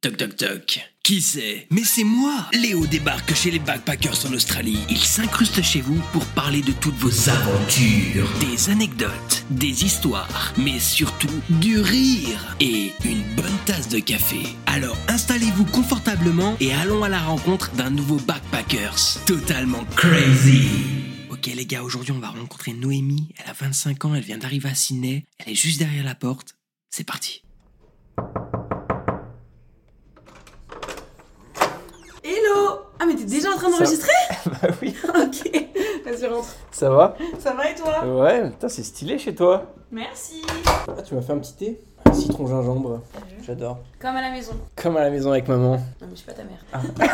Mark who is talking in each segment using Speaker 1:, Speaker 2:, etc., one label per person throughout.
Speaker 1: Toc toc toc. Qui c'est Mais c'est moi Léo débarque chez les Backpackers en Australie. Il s'incruste chez vous pour parler de toutes vos aventures, des anecdotes, des histoires, mais surtout du rire et une bonne tasse de café. Alors installez-vous confortablement et allons à la rencontre d'un nouveau Backpackers totalement crazy. Ok les gars, aujourd'hui on va rencontrer Noémie. Elle a 25 ans, elle vient d'arriver à Sydney. Elle est juste derrière la porte. C'est parti.
Speaker 2: Hello Ah mais t'es déjà en train d'enregistrer
Speaker 3: Bah oui,
Speaker 2: Ok, vas-y rentre.
Speaker 3: ça va
Speaker 2: Ça va et toi
Speaker 3: Ouais, putain, c'est stylé chez toi.
Speaker 2: Merci
Speaker 3: Ah, tu m'as fait un petit thé Citron gingembre. J'adore.
Speaker 2: Comme à la maison.
Speaker 3: Comme à la maison avec maman.
Speaker 2: Non mais je suis pas ta mère.
Speaker 3: Ah.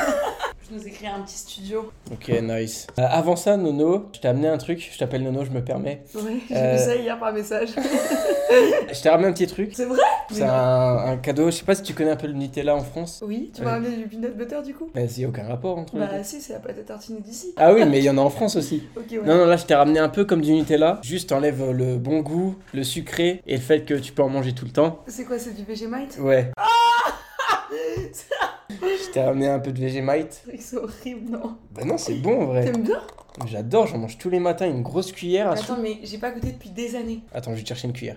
Speaker 2: je nous ai créé un petit studio.
Speaker 3: Ok, nice. Euh, avant ça, Nono, je t'ai amené un truc. Je t'appelle Nono, je me permets.
Speaker 2: Ouais, j'ai
Speaker 3: Euh.
Speaker 2: vu ça hier par message.
Speaker 3: Je t'ai ramené un petit truc.
Speaker 2: C'est vrai
Speaker 3: C'est un, un cadeau. Je sais pas si tu connais un peu le Nutella en France.
Speaker 2: Oui, tu
Speaker 3: Ouais.
Speaker 2: m'as ramené du peanut butter du coup
Speaker 3: Bah, c'est aucun rapport entre les
Speaker 2: Bah
Speaker 3: deux.
Speaker 2: si, c'est la pâte à tartiner d'ici.
Speaker 3: Ah oui, mais il y en a en France aussi.
Speaker 2: Ok, ouais.
Speaker 3: Non, non, là, je t'ai ramené un peu comme du Nutella. Juste, enlève le bon goût, le sucré et le fait que tu peux en manger tout le temps.
Speaker 2: C'est quoi, c'est du Vegemite
Speaker 3: Ouais.
Speaker 2: Ah. C'est
Speaker 3: Je t'ai ramené un peu de Vegemite.
Speaker 2: un truc, c'est horrible, non
Speaker 3: Bah non, c'est bon en vrai.
Speaker 2: T'aimes bien
Speaker 3: J'adore, j'en mange tous les matins une grosse cuillère à soupe.
Speaker 2: Attends, mais j'ai pas goûté depuis des années.
Speaker 3: Attends, je vais te chercher une cuillère.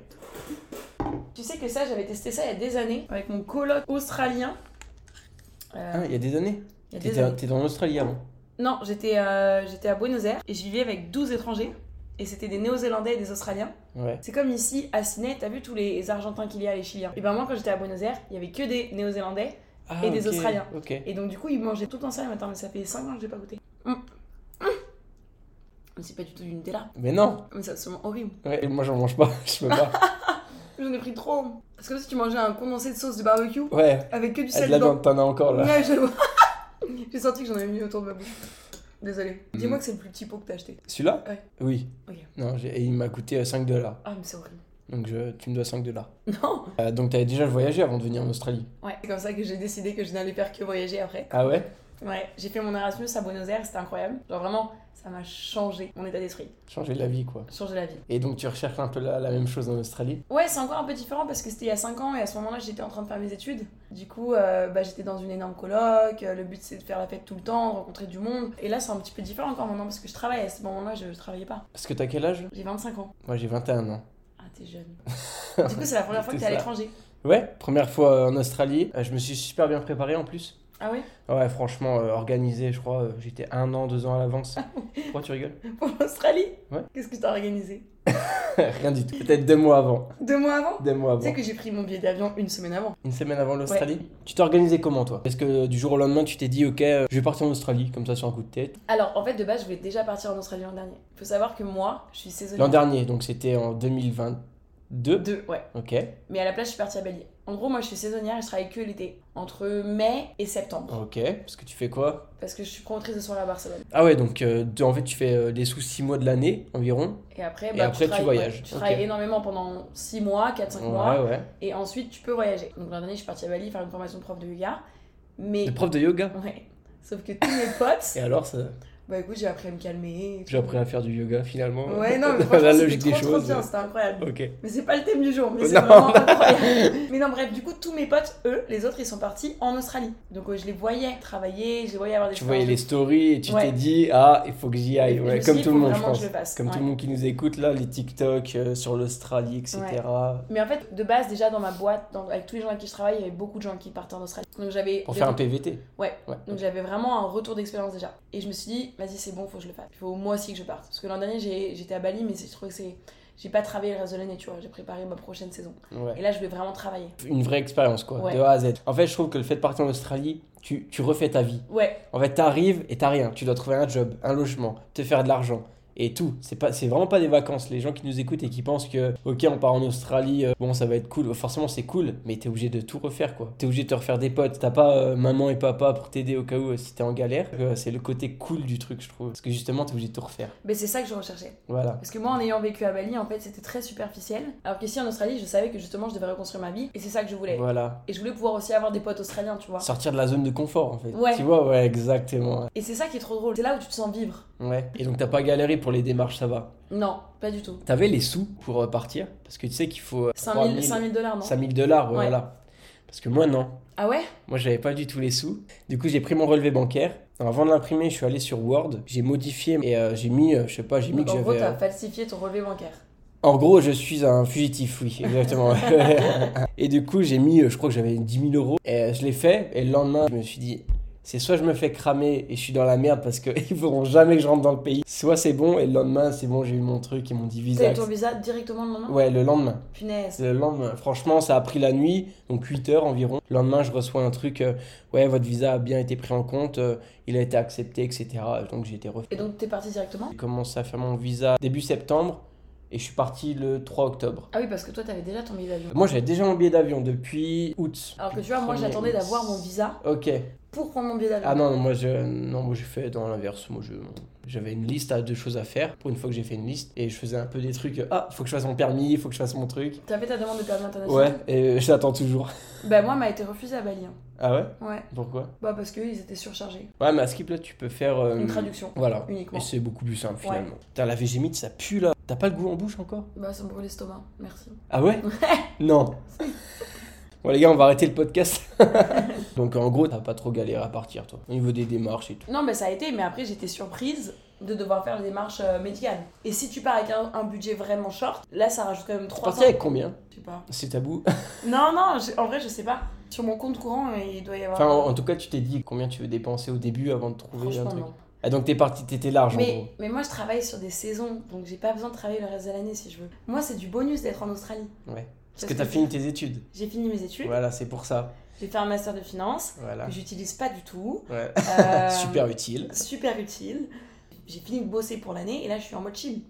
Speaker 2: Tu sais que ça, j'avais testé ça il y a des années avec mon coloc australien. Euh,
Speaker 3: Ah, il y a des années
Speaker 2: il y a des
Speaker 3: T'étais
Speaker 2: années.
Speaker 3: t'étais en Australie avant.
Speaker 2: Non, j'étais euh, j'étais à Buenos Aires et je vivais avec 12 étrangers. Et c'était des Néo-Zélandais et des Australiens.
Speaker 3: Ouais.
Speaker 2: C'est comme ici, à Sydney, t'as vu tous les Argentins qu'il y a, les Chiliens. Et ben moi, quand j'étais à Buenos Aires, il y avait que des Néo-Zélandais.
Speaker 3: Ah,
Speaker 2: Et des
Speaker 3: ok,
Speaker 2: Australiens.
Speaker 3: Ok.
Speaker 2: Et donc, du coup, ils mangeaient tout le temps ça le matin, mais ça fait 5 ans que j'ai pas goûté. Mm. Mm. C'est pas du tout du Nutella.
Speaker 3: Mais non
Speaker 2: Mais c'est absolument horrible.
Speaker 3: Ouais, moi j'en mange pas, je peux pas.
Speaker 2: J'en ai pris trop. C'est comme si tu mangeais un condensé de sauce de barbecue
Speaker 3: Ouais,
Speaker 2: avec que du
Speaker 3: ah, de
Speaker 2: sel
Speaker 3: la
Speaker 2: dedans.
Speaker 3: viande, t'en as encore là.
Speaker 2: Ouais, je le vois. j'ai senti que j'en avais mis autour de ma bouche. Désolée. Dis-moi
Speaker 3: Mm.
Speaker 2: que c'est le plus petit pot que t'as acheté.
Speaker 3: Celui-là
Speaker 2: Ouais.
Speaker 3: Oui.
Speaker 2: Ok.
Speaker 3: Non, j'ai- et il m'a coûté 5 dollars.
Speaker 2: Ah, mais c'est horrible.
Speaker 3: Donc je- tu me dois 5 dollars.
Speaker 2: Non
Speaker 3: Euh, donc t'avais déjà voyagé avant de venir en Australie.
Speaker 2: Ouais, c'est comme ça que j'ai décidé que je n'allais faire que voyager après.
Speaker 3: Ah ouais
Speaker 2: Ouais, j'ai fait mon Erasmus à Buenos Aires, c'était incroyable. Genre vraiment, ça m'a changé mon état d'esprit,
Speaker 3: Changer la vie quoi.
Speaker 2: changé la vie.
Speaker 3: Et donc tu recherches un peu la, la même chose en Australie
Speaker 2: Ouais, c'est encore un peu différent parce que c'était il y a 5 ans et à ce moment-là, j'étais en train de faire mes études. Du coup, euh, bah, j'étais dans une énorme coloc, euh, le but c'est de faire la fête tout le temps, de rencontrer du monde. Et là, c'est un petit peu différent encore maintenant parce que je travaille, à ce moment-là, je, je travaillais pas.
Speaker 3: Parce que t'as quel âge
Speaker 2: J'ai 25 ans.
Speaker 3: Moi j'ai 21 ans.
Speaker 2: Ah, t'es jeune. du coup, c'est la première fois que t'es à
Speaker 3: C'est ça.
Speaker 2: l'étranger.
Speaker 3: Ouais, première fois euh, en Australie. Euh, Je me suis super bien préparé en plus.
Speaker 2: Ah ouais
Speaker 3: Ouais, franchement, euh, organisé, je crois. euh, J'étais un an, deux ans à l'avance. Pourquoi tu rigoles
Speaker 2: Pour l'Australie
Speaker 3: Ouais.
Speaker 2: Qu'est-ce que t'as organisé
Speaker 3: Rien du tout. Peut-être deux mois avant.
Speaker 2: Deux mois avant
Speaker 3: Deux mois
Speaker 2: Tu sais
Speaker 3: avant.
Speaker 2: que j'ai pris mon billet d'avion une semaine avant.
Speaker 3: Une semaine avant l'Australie. Tu t'es organisé comment, toi Est-ce que euh, du jour au lendemain, tu t'es dit, ok, euh, je vais partir en Australie, comme ça, sur un coup de tête
Speaker 2: Alors, en fait, de base, je voulais déjà partir en Australie l'an dernier. Faut savoir que moi, je suis saisonnière.
Speaker 3: L'an dernier, donc c'était en 2022.
Speaker 2: Deux, ouais.
Speaker 3: Ok.
Speaker 2: Mais à la place, je suis partie à Bali. En gros, moi, je suis saisonnière et je travaille que l'été. Entre mai et septembre.
Speaker 3: Ok. Parce que tu fais quoi
Speaker 2: Parce que je suis promotrice de soirée à Barcelone.
Speaker 3: Ah ouais, donc euh, deux- en fait, tu fais euh, des sous six mois de l'année environ.
Speaker 2: Et après,
Speaker 3: Et
Speaker 2: bah,
Speaker 3: après, tu
Speaker 2: travailles-
Speaker 3: voyages.
Speaker 2: ouais, tu
Speaker 3: Ok.
Speaker 2: travailles énormément pendant 6 mois, 4-5
Speaker 3: Ouais,
Speaker 2: mois.
Speaker 3: ouais.
Speaker 2: Et ensuite, tu peux voyager. Donc, l'an dernier, je suis partie à Bali faire une formation de prof de yoga. Mais.
Speaker 3: Des profs de yoga.
Speaker 2: Ouais. Sauf que tous mes potes.
Speaker 3: Et alors, ça...
Speaker 2: bah, écoute, j'ai appris à me calmer. et tout.
Speaker 3: j'ai appris à faire du yoga finalement.
Speaker 2: Ouais, non, mais
Speaker 3: la
Speaker 2: franchement,
Speaker 3: logique
Speaker 2: c'était
Speaker 3: des
Speaker 2: trop, trop
Speaker 3: choses.
Speaker 2: bien. C'était incroyable.
Speaker 3: Ok.
Speaker 2: Mais c'est pas le thème du jour, mais c'est
Speaker 3: Oh Non.
Speaker 2: vraiment incroyable. mais non, bref, du coup, tous mes potes, eux, les autres, ils sont partis en Australie. Donc euh, je les voyais travailler, je les voyais avoir des
Speaker 3: Tu voyais les
Speaker 2: expériences.
Speaker 3: stories et tu
Speaker 2: Ouais.
Speaker 3: t'es dit, ah, il faut que j'y
Speaker 2: Et
Speaker 3: aille.
Speaker 2: je
Speaker 3: Ouais,
Speaker 2: me suis
Speaker 3: comme
Speaker 2: dit,
Speaker 3: tout
Speaker 2: faut
Speaker 3: le monde, je
Speaker 2: vraiment que
Speaker 3: pense.
Speaker 2: je le fasse,
Speaker 3: Comme
Speaker 2: ouais.
Speaker 3: tout le monde qui nous écoute, là, les TikTok euh, sur l'Australie, etc.
Speaker 2: Mais en fait, de base, déjà dans ma boîte, dans- avec tous les gens avec qui je travaille, il y avait beaucoup de gens qui partaient en Australie. Donc j'avais.
Speaker 3: Pour
Speaker 2: j'avais-
Speaker 3: faire un E. PVT.
Speaker 2: Ouais.
Speaker 3: ouais.
Speaker 2: Donc j'avais vraiment un retour d'expérience déjà. Et je me suis dit, vas-y, c'est bon, faut que je le fasse. Il faut moi aussi que je parte. Parce que l'an dernier, j'ai- j'étais à Bali, mais c'est- je trouvais que c'est. J'ai pas travaillé le reste de l'année, tu vois. J'ai préparé ma prochaine saison.
Speaker 3: Ouais.
Speaker 2: Et là, je vais vraiment travailler.
Speaker 3: Une vraie expérience, quoi,
Speaker 2: Ouais.
Speaker 3: de A à Z. En fait, je trouve que le fait de partir en Australie, tu, tu refais ta vie.
Speaker 2: Ouais,
Speaker 3: En fait, t'arrives et t'as rien. Tu dois trouver un job, un logement, te faire de l'argent. Et tout, c'est pas, c'est vraiment pas des vacances. Les gens qui nous écoutent et qui pensent que, ok, on part en Australie, euh, bon, ça va être cool. Forcément, c'est cool, mais t'es obligé de tout refaire, quoi. T'es obligé de te refaire des potes. T'as pas euh, maman et papa pour t'aider au cas où euh, si t'es en galère. Euh, c'est le côté cool du truc, je trouve. Parce que justement, t'es obligé de tout refaire.
Speaker 2: mais c'est ça que je recherchais.
Speaker 3: Voilà.
Speaker 2: Parce que moi, en ayant vécu à Bali, en fait, c'était très superficiel. Alors qu'ici, en Australie, je savais que justement, je devais reconstruire ma vie. Et c'est ça que je voulais.
Speaker 3: Voilà.
Speaker 2: Et je voulais pouvoir aussi avoir des potes australiens, tu vois.
Speaker 3: Sortir de la zone de confort, en fait.
Speaker 2: Ouais.
Speaker 3: Tu vois, ouais, exactement.
Speaker 2: Et c'est ça qui est trop drôle. C'est là où tu te sens vivre.
Speaker 3: Ouais. Et donc, t'as pas galéré pour les démarches, ça va.
Speaker 2: Non, pas du tout.
Speaker 3: T'avais les sous pour euh, partir Parce que tu sais qu'il faut.
Speaker 2: 5000
Speaker 3: 3000
Speaker 2: dollars, non
Speaker 3: 5000 dollars, ouais,
Speaker 2: Ouais.
Speaker 3: voilà. Parce que moi, non.
Speaker 2: Ah ouais
Speaker 3: Moi, j'avais pas du tout les sous. Du coup, j'ai pris mon relevé bancaire. Alors, avant de l'imprimer, je suis allé sur Word, j'ai modifié et euh, j'ai mis, euh, je sais pas, j'ai mis
Speaker 2: Donc,
Speaker 3: que
Speaker 2: En gros,
Speaker 3: j'avais.
Speaker 2: t'as
Speaker 3: euh,
Speaker 2: falsifié ton relevé bancaire.
Speaker 3: En gros, je suis un fugitif, oui, exactement. et du coup, j'ai mis, euh, je crois que j'avais 10 000 euros. Et euh, je l'ai fait. Et le lendemain, je me suis dit, c'est soit je me fais cramer et je suis dans la merde parce qu'ils voudront jamais que je rentre dans le pays, soit c'est bon. Et le lendemain, c'est bon, j'ai eu mon truc, ils m'ont dit
Speaker 2: T'as
Speaker 3: visa.
Speaker 2: eu ton visa directement le lendemain
Speaker 3: Ouais, le lendemain.
Speaker 2: Punaise.
Speaker 3: Le lendemain, franchement, ça a pris la nuit, donc 8 heures environ. Le lendemain, je reçois un truc, euh, ouais, votre visa a bien été pris en compte, euh, il a été accepté, etc. Donc j'ai été refait.
Speaker 2: Et donc, t'es parti directement
Speaker 3: J'ai commencé à faire mon visa début septembre et je suis parti le 3 octobre.
Speaker 2: Ah oui, parce que toi, t'avais déjà ton billet d'avion.
Speaker 3: Moi, j'avais déjà mon billet d'avion depuis août.
Speaker 2: Alors que tu vois, moi,
Speaker 3: Premier
Speaker 2: j'attendais
Speaker 3: août.
Speaker 2: d'avoir mon visa
Speaker 3: Ok.
Speaker 2: pour prendre mon billet d'avion.
Speaker 3: Ah non, non, moi, je, non, moi, j'ai fait dans l'inverse. Moi, je, j'avais une liste à deux choses à faire. Pour une fois que j'ai fait une liste et je faisais un peu des trucs. euh, Ah, faut que je fasse mon permis, faut que je fasse mon truc.
Speaker 2: T'as fait ta demande de permis international
Speaker 3: Ouais, et euh, je l'attends toujours.
Speaker 2: Bah, moi, m'a été refusée à Bali. hein.
Speaker 3: Ah ouais
Speaker 2: Ouais.
Speaker 3: Pourquoi
Speaker 2: Bah, parce qu'ils étaient surchargés.
Speaker 3: Ouais, mais à Skip, là, tu peux faire. euh,
Speaker 2: Une traduction.
Speaker 3: Voilà.
Speaker 2: Uniquement.
Speaker 3: Et c'est beaucoup plus simple,
Speaker 2: Ouais.
Speaker 3: finalement. Putain, la végémite, ça pue, là. T'as pas le goût en bouche encore
Speaker 2: Bah, ça me brûle l'estomac. Merci.
Speaker 3: Ah ouais Non. Bon, les gars, on va arrêter le podcast. Donc, en gros, t'as pas trop galéré à partir, toi. Au niveau des démarches et tout.
Speaker 2: Non, mais ça a été, mais après j'étais surprise de devoir faire les démarches euh, médicales. Et si tu pars avec un, un budget vraiment short, là ça rajoute quand même
Speaker 3: T'es
Speaker 2: 300.
Speaker 3: parti avec combien
Speaker 2: Je sais pas.
Speaker 3: C'est tabou.
Speaker 2: Non, non, je- en vrai je sais pas. Sur mon compte courant, euh, il doit y avoir.
Speaker 3: enfin, en, en tout cas, tu t'es dit combien tu veux dépenser au début avant de trouver un
Speaker 2: Franchement,
Speaker 3: truc.
Speaker 2: non.
Speaker 3: Ah, donc, t'es parti, t'étais large, en gros.
Speaker 2: Mais, mais moi je travaille sur des saisons, donc j'ai pas besoin de travailler le reste de l'année si je veux. Moi c'est du bonus d'être en Australie.
Speaker 3: Ouais. Parce
Speaker 2: Parce
Speaker 3: que t'as
Speaker 2: que-
Speaker 3: fini tes études.
Speaker 2: J'ai fini mes études,
Speaker 3: Voilà, c'est pour ça.
Speaker 2: j'ai fait un master de finance,
Speaker 3: Voilà.
Speaker 2: que j'utilise pas du tout.
Speaker 3: Ouais.
Speaker 2: Euh,
Speaker 3: Super utile.
Speaker 2: Super utile. J'ai fini de bosser pour l'année et là je suis en mode chill.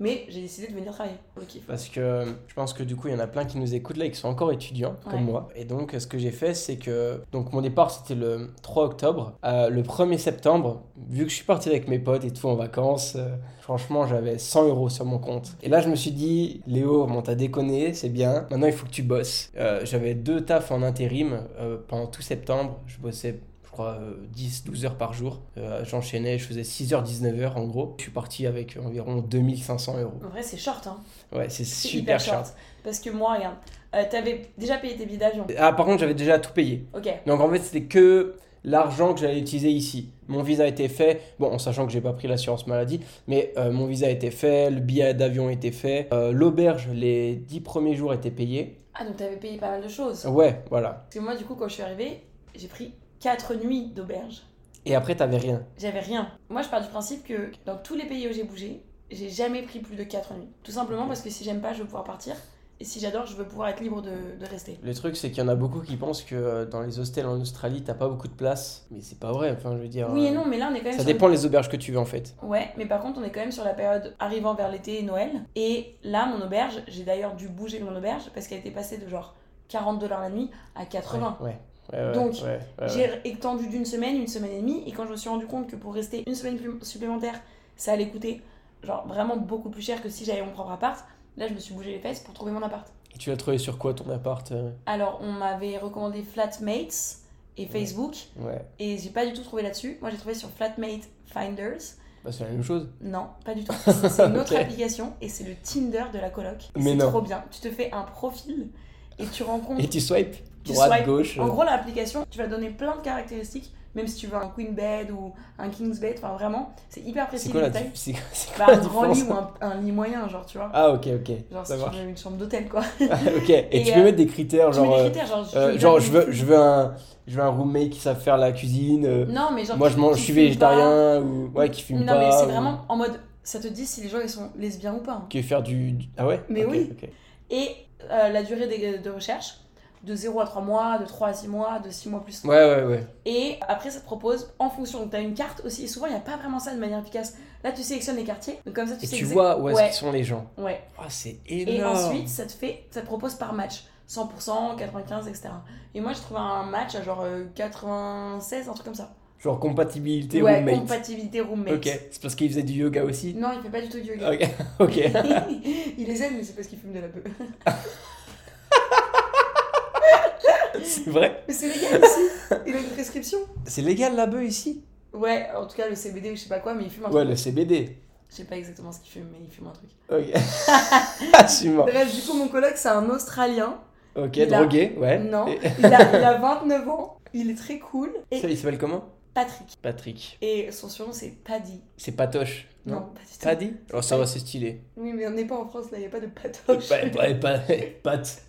Speaker 2: Mais j'ai décidé de venir travailler. Ok.
Speaker 3: Parce que je pense que du coup, il y en a plein qui nous écoutent là et qui sont encore étudiants,
Speaker 2: Ouais.
Speaker 3: comme moi. Et donc, ce que j'ai fait, c'est que. Donc, mon départ, c'était le 3 octobre. Euh, le 1er septembre, vu que je suis parti avec mes potes et tout en vacances, euh, franchement, j'avais 100 euros sur mon compte. Et là, je me suis dit, Léo, bon, t'as déconné, c'est bien. Maintenant, il faut que tu bosses. Euh, j'avais deux tafs en intérim euh, pendant tout septembre. Je bossais je crois, 10-12 heures par jour. Euh, J'enchaînais, je faisais 6h-19h en gros. Je suis parti avec environ 2500 euros.
Speaker 2: En vrai c'est short hein.
Speaker 3: Ouais, c'est
Speaker 2: C'est
Speaker 3: super
Speaker 2: hyper
Speaker 3: cher.
Speaker 2: short. Parce que moi, regarde, euh, t'avais déjà payé tes billets d'avion.
Speaker 3: Ah, par contre, j'avais déjà tout payé.
Speaker 2: Ok.
Speaker 3: Donc en fait, c'était que l'argent que j'allais utiliser ici. Mon visa a été fait, bon, en sachant que j'ai pas pris l'assurance maladie, mais euh, mon visa a été fait, le billet d'avion a été fait, euh, l'auberge, les 10 premiers jours étaient payés.
Speaker 2: Ah, donc t'avais payé pas mal de choses.
Speaker 3: Ouais, voilà.
Speaker 2: Parce que moi, du coup, quand je suis arrivée, j'ai pris 4 nuits d'auberge.
Speaker 3: Et après, t'avais rien.
Speaker 2: J'avais rien. Moi, je pars du principe que dans tous les pays où j'ai bougé, j'ai jamais pris plus de 4 nuits. Tout simplement parce que si j'aime pas, je veux pouvoir partir. Et si j'adore, je veux pouvoir être libre de, de rester.
Speaker 3: Le truc, c'est qu'il y en a beaucoup qui pensent que euh, dans les hostels en Australie, t'as pas beaucoup de place. Mais c'est pas vrai, enfin, je veux dire.
Speaker 2: Oui et
Speaker 3: euh,
Speaker 2: non, mais là, on est quand même
Speaker 3: Ça
Speaker 2: sur une-
Speaker 3: dépend les auberges que tu veux en fait.
Speaker 2: Ouais, mais par contre, on est quand même sur la période arrivant vers l'été et Noël. Et là, mon auberge, j'ai d'ailleurs dû bouger mon auberge parce qu'elle était passée de genre 40 dollars la nuit à 80.
Speaker 3: Ouais. ouais, ouais,
Speaker 2: Donc,
Speaker 3: ouais, ouais, ouais.
Speaker 2: J'ai étendu d'une semaine, une semaine et demie, et quand je me suis rendu compte que pour rester une semaine plus- supplémentaire, ça allait coûter genre vraiment beaucoup plus cher que si j'avais mon propre appart, là je me suis bougé les fesses pour trouver mon appart.
Speaker 3: Et tu l'as trouvé sur quoi ton appart euh
Speaker 2: Alors on m'avait recommandé Flatmates et Facebook,
Speaker 3: Ouais.
Speaker 2: et j'ai pas du tout trouvé là-dessus. Moi j'ai trouvé sur Flatmate Finders.
Speaker 3: Bah, c'est la même chose.
Speaker 2: Non, pas du tout. C'est c'est une autre
Speaker 3: Ok.
Speaker 2: application et c'est le Tinder de la coloc. Et
Speaker 3: Mais
Speaker 2: C'est
Speaker 3: non.
Speaker 2: trop bien. Tu te fais un profil et tu rencontres.
Speaker 3: Et tu swipes
Speaker 2: Mm. Tu
Speaker 3: Droite,
Speaker 2: swipes.
Speaker 3: gauche.
Speaker 2: En
Speaker 3: euh,
Speaker 2: gros, l'application, tu vas donner plein de caractéristiques, même si tu veux un queen bed ou un king's bed, enfin vraiment, c'est hyper précis
Speaker 3: C'est quoi
Speaker 2: les
Speaker 3: la
Speaker 2: détails.
Speaker 3: dif- c'est quoi- c'est
Speaker 2: Bah,
Speaker 3: quoi la
Speaker 2: un grand lit
Speaker 3: différence
Speaker 2: ou un, un lit moyen, genre, tu vois.
Speaker 3: Ah ok ok.
Speaker 2: Genre,
Speaker 3: ça
Speaker 2: si tu
Speaker 3: marche.
Speaker 2: veux une chambre d'hôtel, quoi.
Speaker 3: ok. Et,
Speaker 2: Et,
Speaker 3: tu peux
Speaker 2: euh,
Speaker 3: mettre des critères
Speaker 2: tu mets
Speaker 3: genre
Speaker 2: des
Speaker 3: euh,
Speaker 2: critères, genre, tu
Speaker 3: euh,
Speaker 2: veux
Speaker 3: genre
Speaker 2: une
Speaker 3: je
Speaker 2: famille.
Speaker 3: veux je veux un je veux un roommate qui savent faire la cuisine. euh,
Speaker 2: Non, mais genre.
Speaker 3: moi
Speaker 2: qui-
Speaker 3: je mange,
Speaker 2: qui
Speaker 3: je suis
Speaker 2: fume
Speaker 3: végétarien ou ouais qui
Speaker 2: pas.
Speaker 3: fume
Speaker 2: Non,
Speaker 3: pas.
Speaker 2: mais c'est
Speaker 3: ou-
Speaker 2: vraiment en mode, ça te dit si les gens ils sont lesbiens ou pas. hein.
Speaker 3: qui veut faire du, du- ah ouais.
Speaker 2: Mais
Speaker 3: Ok,
Speaker 2: oui.
Speaker 3: ok.
Speaker 2: Et euh, la durée des- de recherche, de 0 à 3 mois, de 3 à 6 mois, de 6 mois plus
Speaker 3: Ouais ouais ouais.
Speaker 2: Et après, ça te propose en fonction. Donc, t'as une carte aussi. Et souvent, il n'y a pas vraiment ça de manière efficace. Là, tu sélectionnes les quartiers. Donc, comme ça, tu
Speaker 3: Et
Speaker 2: sais
Speaker 3: tu
Speaker 2: exact-
Speaker 3: vois où est-ce
Speaker 2: Ouais.
Speaker 3: qu'ils sont les gens.
Speaker 2: Ouais.
Speaker 3: Ah c'est
Speaker 2: Et
Speaker 3: énorme.
Speaker 2: ensuite, ça te fait, ça te propose par match. 100%, 95, etc. Et moi, je trouve un match à genre euh, 96, un truc comme ça.
Speaker 3: genre compatibilité
Speaker 2: ouais,
Speaker 3: roommate.
Speaker 2: compatibilité roommate.
Speaker 3: ok. C'est parce qu'ils faisaient du yoga aussi.
Speaker 2: Non, il fait pas du tout du yoga.
Speaker 3: Ok ok.
Speaker 2: il les aime, mais c'est parce qu'il fume de la beuh.
Speaker 3: c'est vrai.
Speaker 2: Mais c'est légal aussi. Il a une prescription.
Speaker 3: C'est légal la bœuf ici.
Speaker 2: Ouais, en tout cas, le CBD ou je sais pas quoi, mais il fume un
Speaker 3: Ouais
Speaker 2: truc.
Speaker 3: le CBD.
Speaker 2: Je sais pas exactement ce qu'il fume, mais il fume un truc.
Speaker 3: Ok. Ah, je suis mort.
Speaker 2: Bref, du coup, mon coloc, c'est un Australien
Speaker 3: Ok,
Speaker 2: Il a-
Speaker 3: drogué, ouais.
Speaker 2: Non,
Speaker 3: Et-
Speaker 2: il a, il a 29 ans, il est très cool. Et
Speaker 3: Ça, il s'appelle comment
Speaker 2: Patrick.
Speaker 3: Patrick.
Speaker 2: Et son surnom, c'est Paddy.
Speaker 3: C'est Patoche.
Speaker 2: Non, pas du tout.
Speaker 3: Paddy Oh, ça va, c'est stylé.
Speaker 2: Oui, mais on n'est pas en France là, il n'y a pas de
Speaker 3: Pas,
Speaker 2: patoche.
Speaker 3: pas, pas, pat.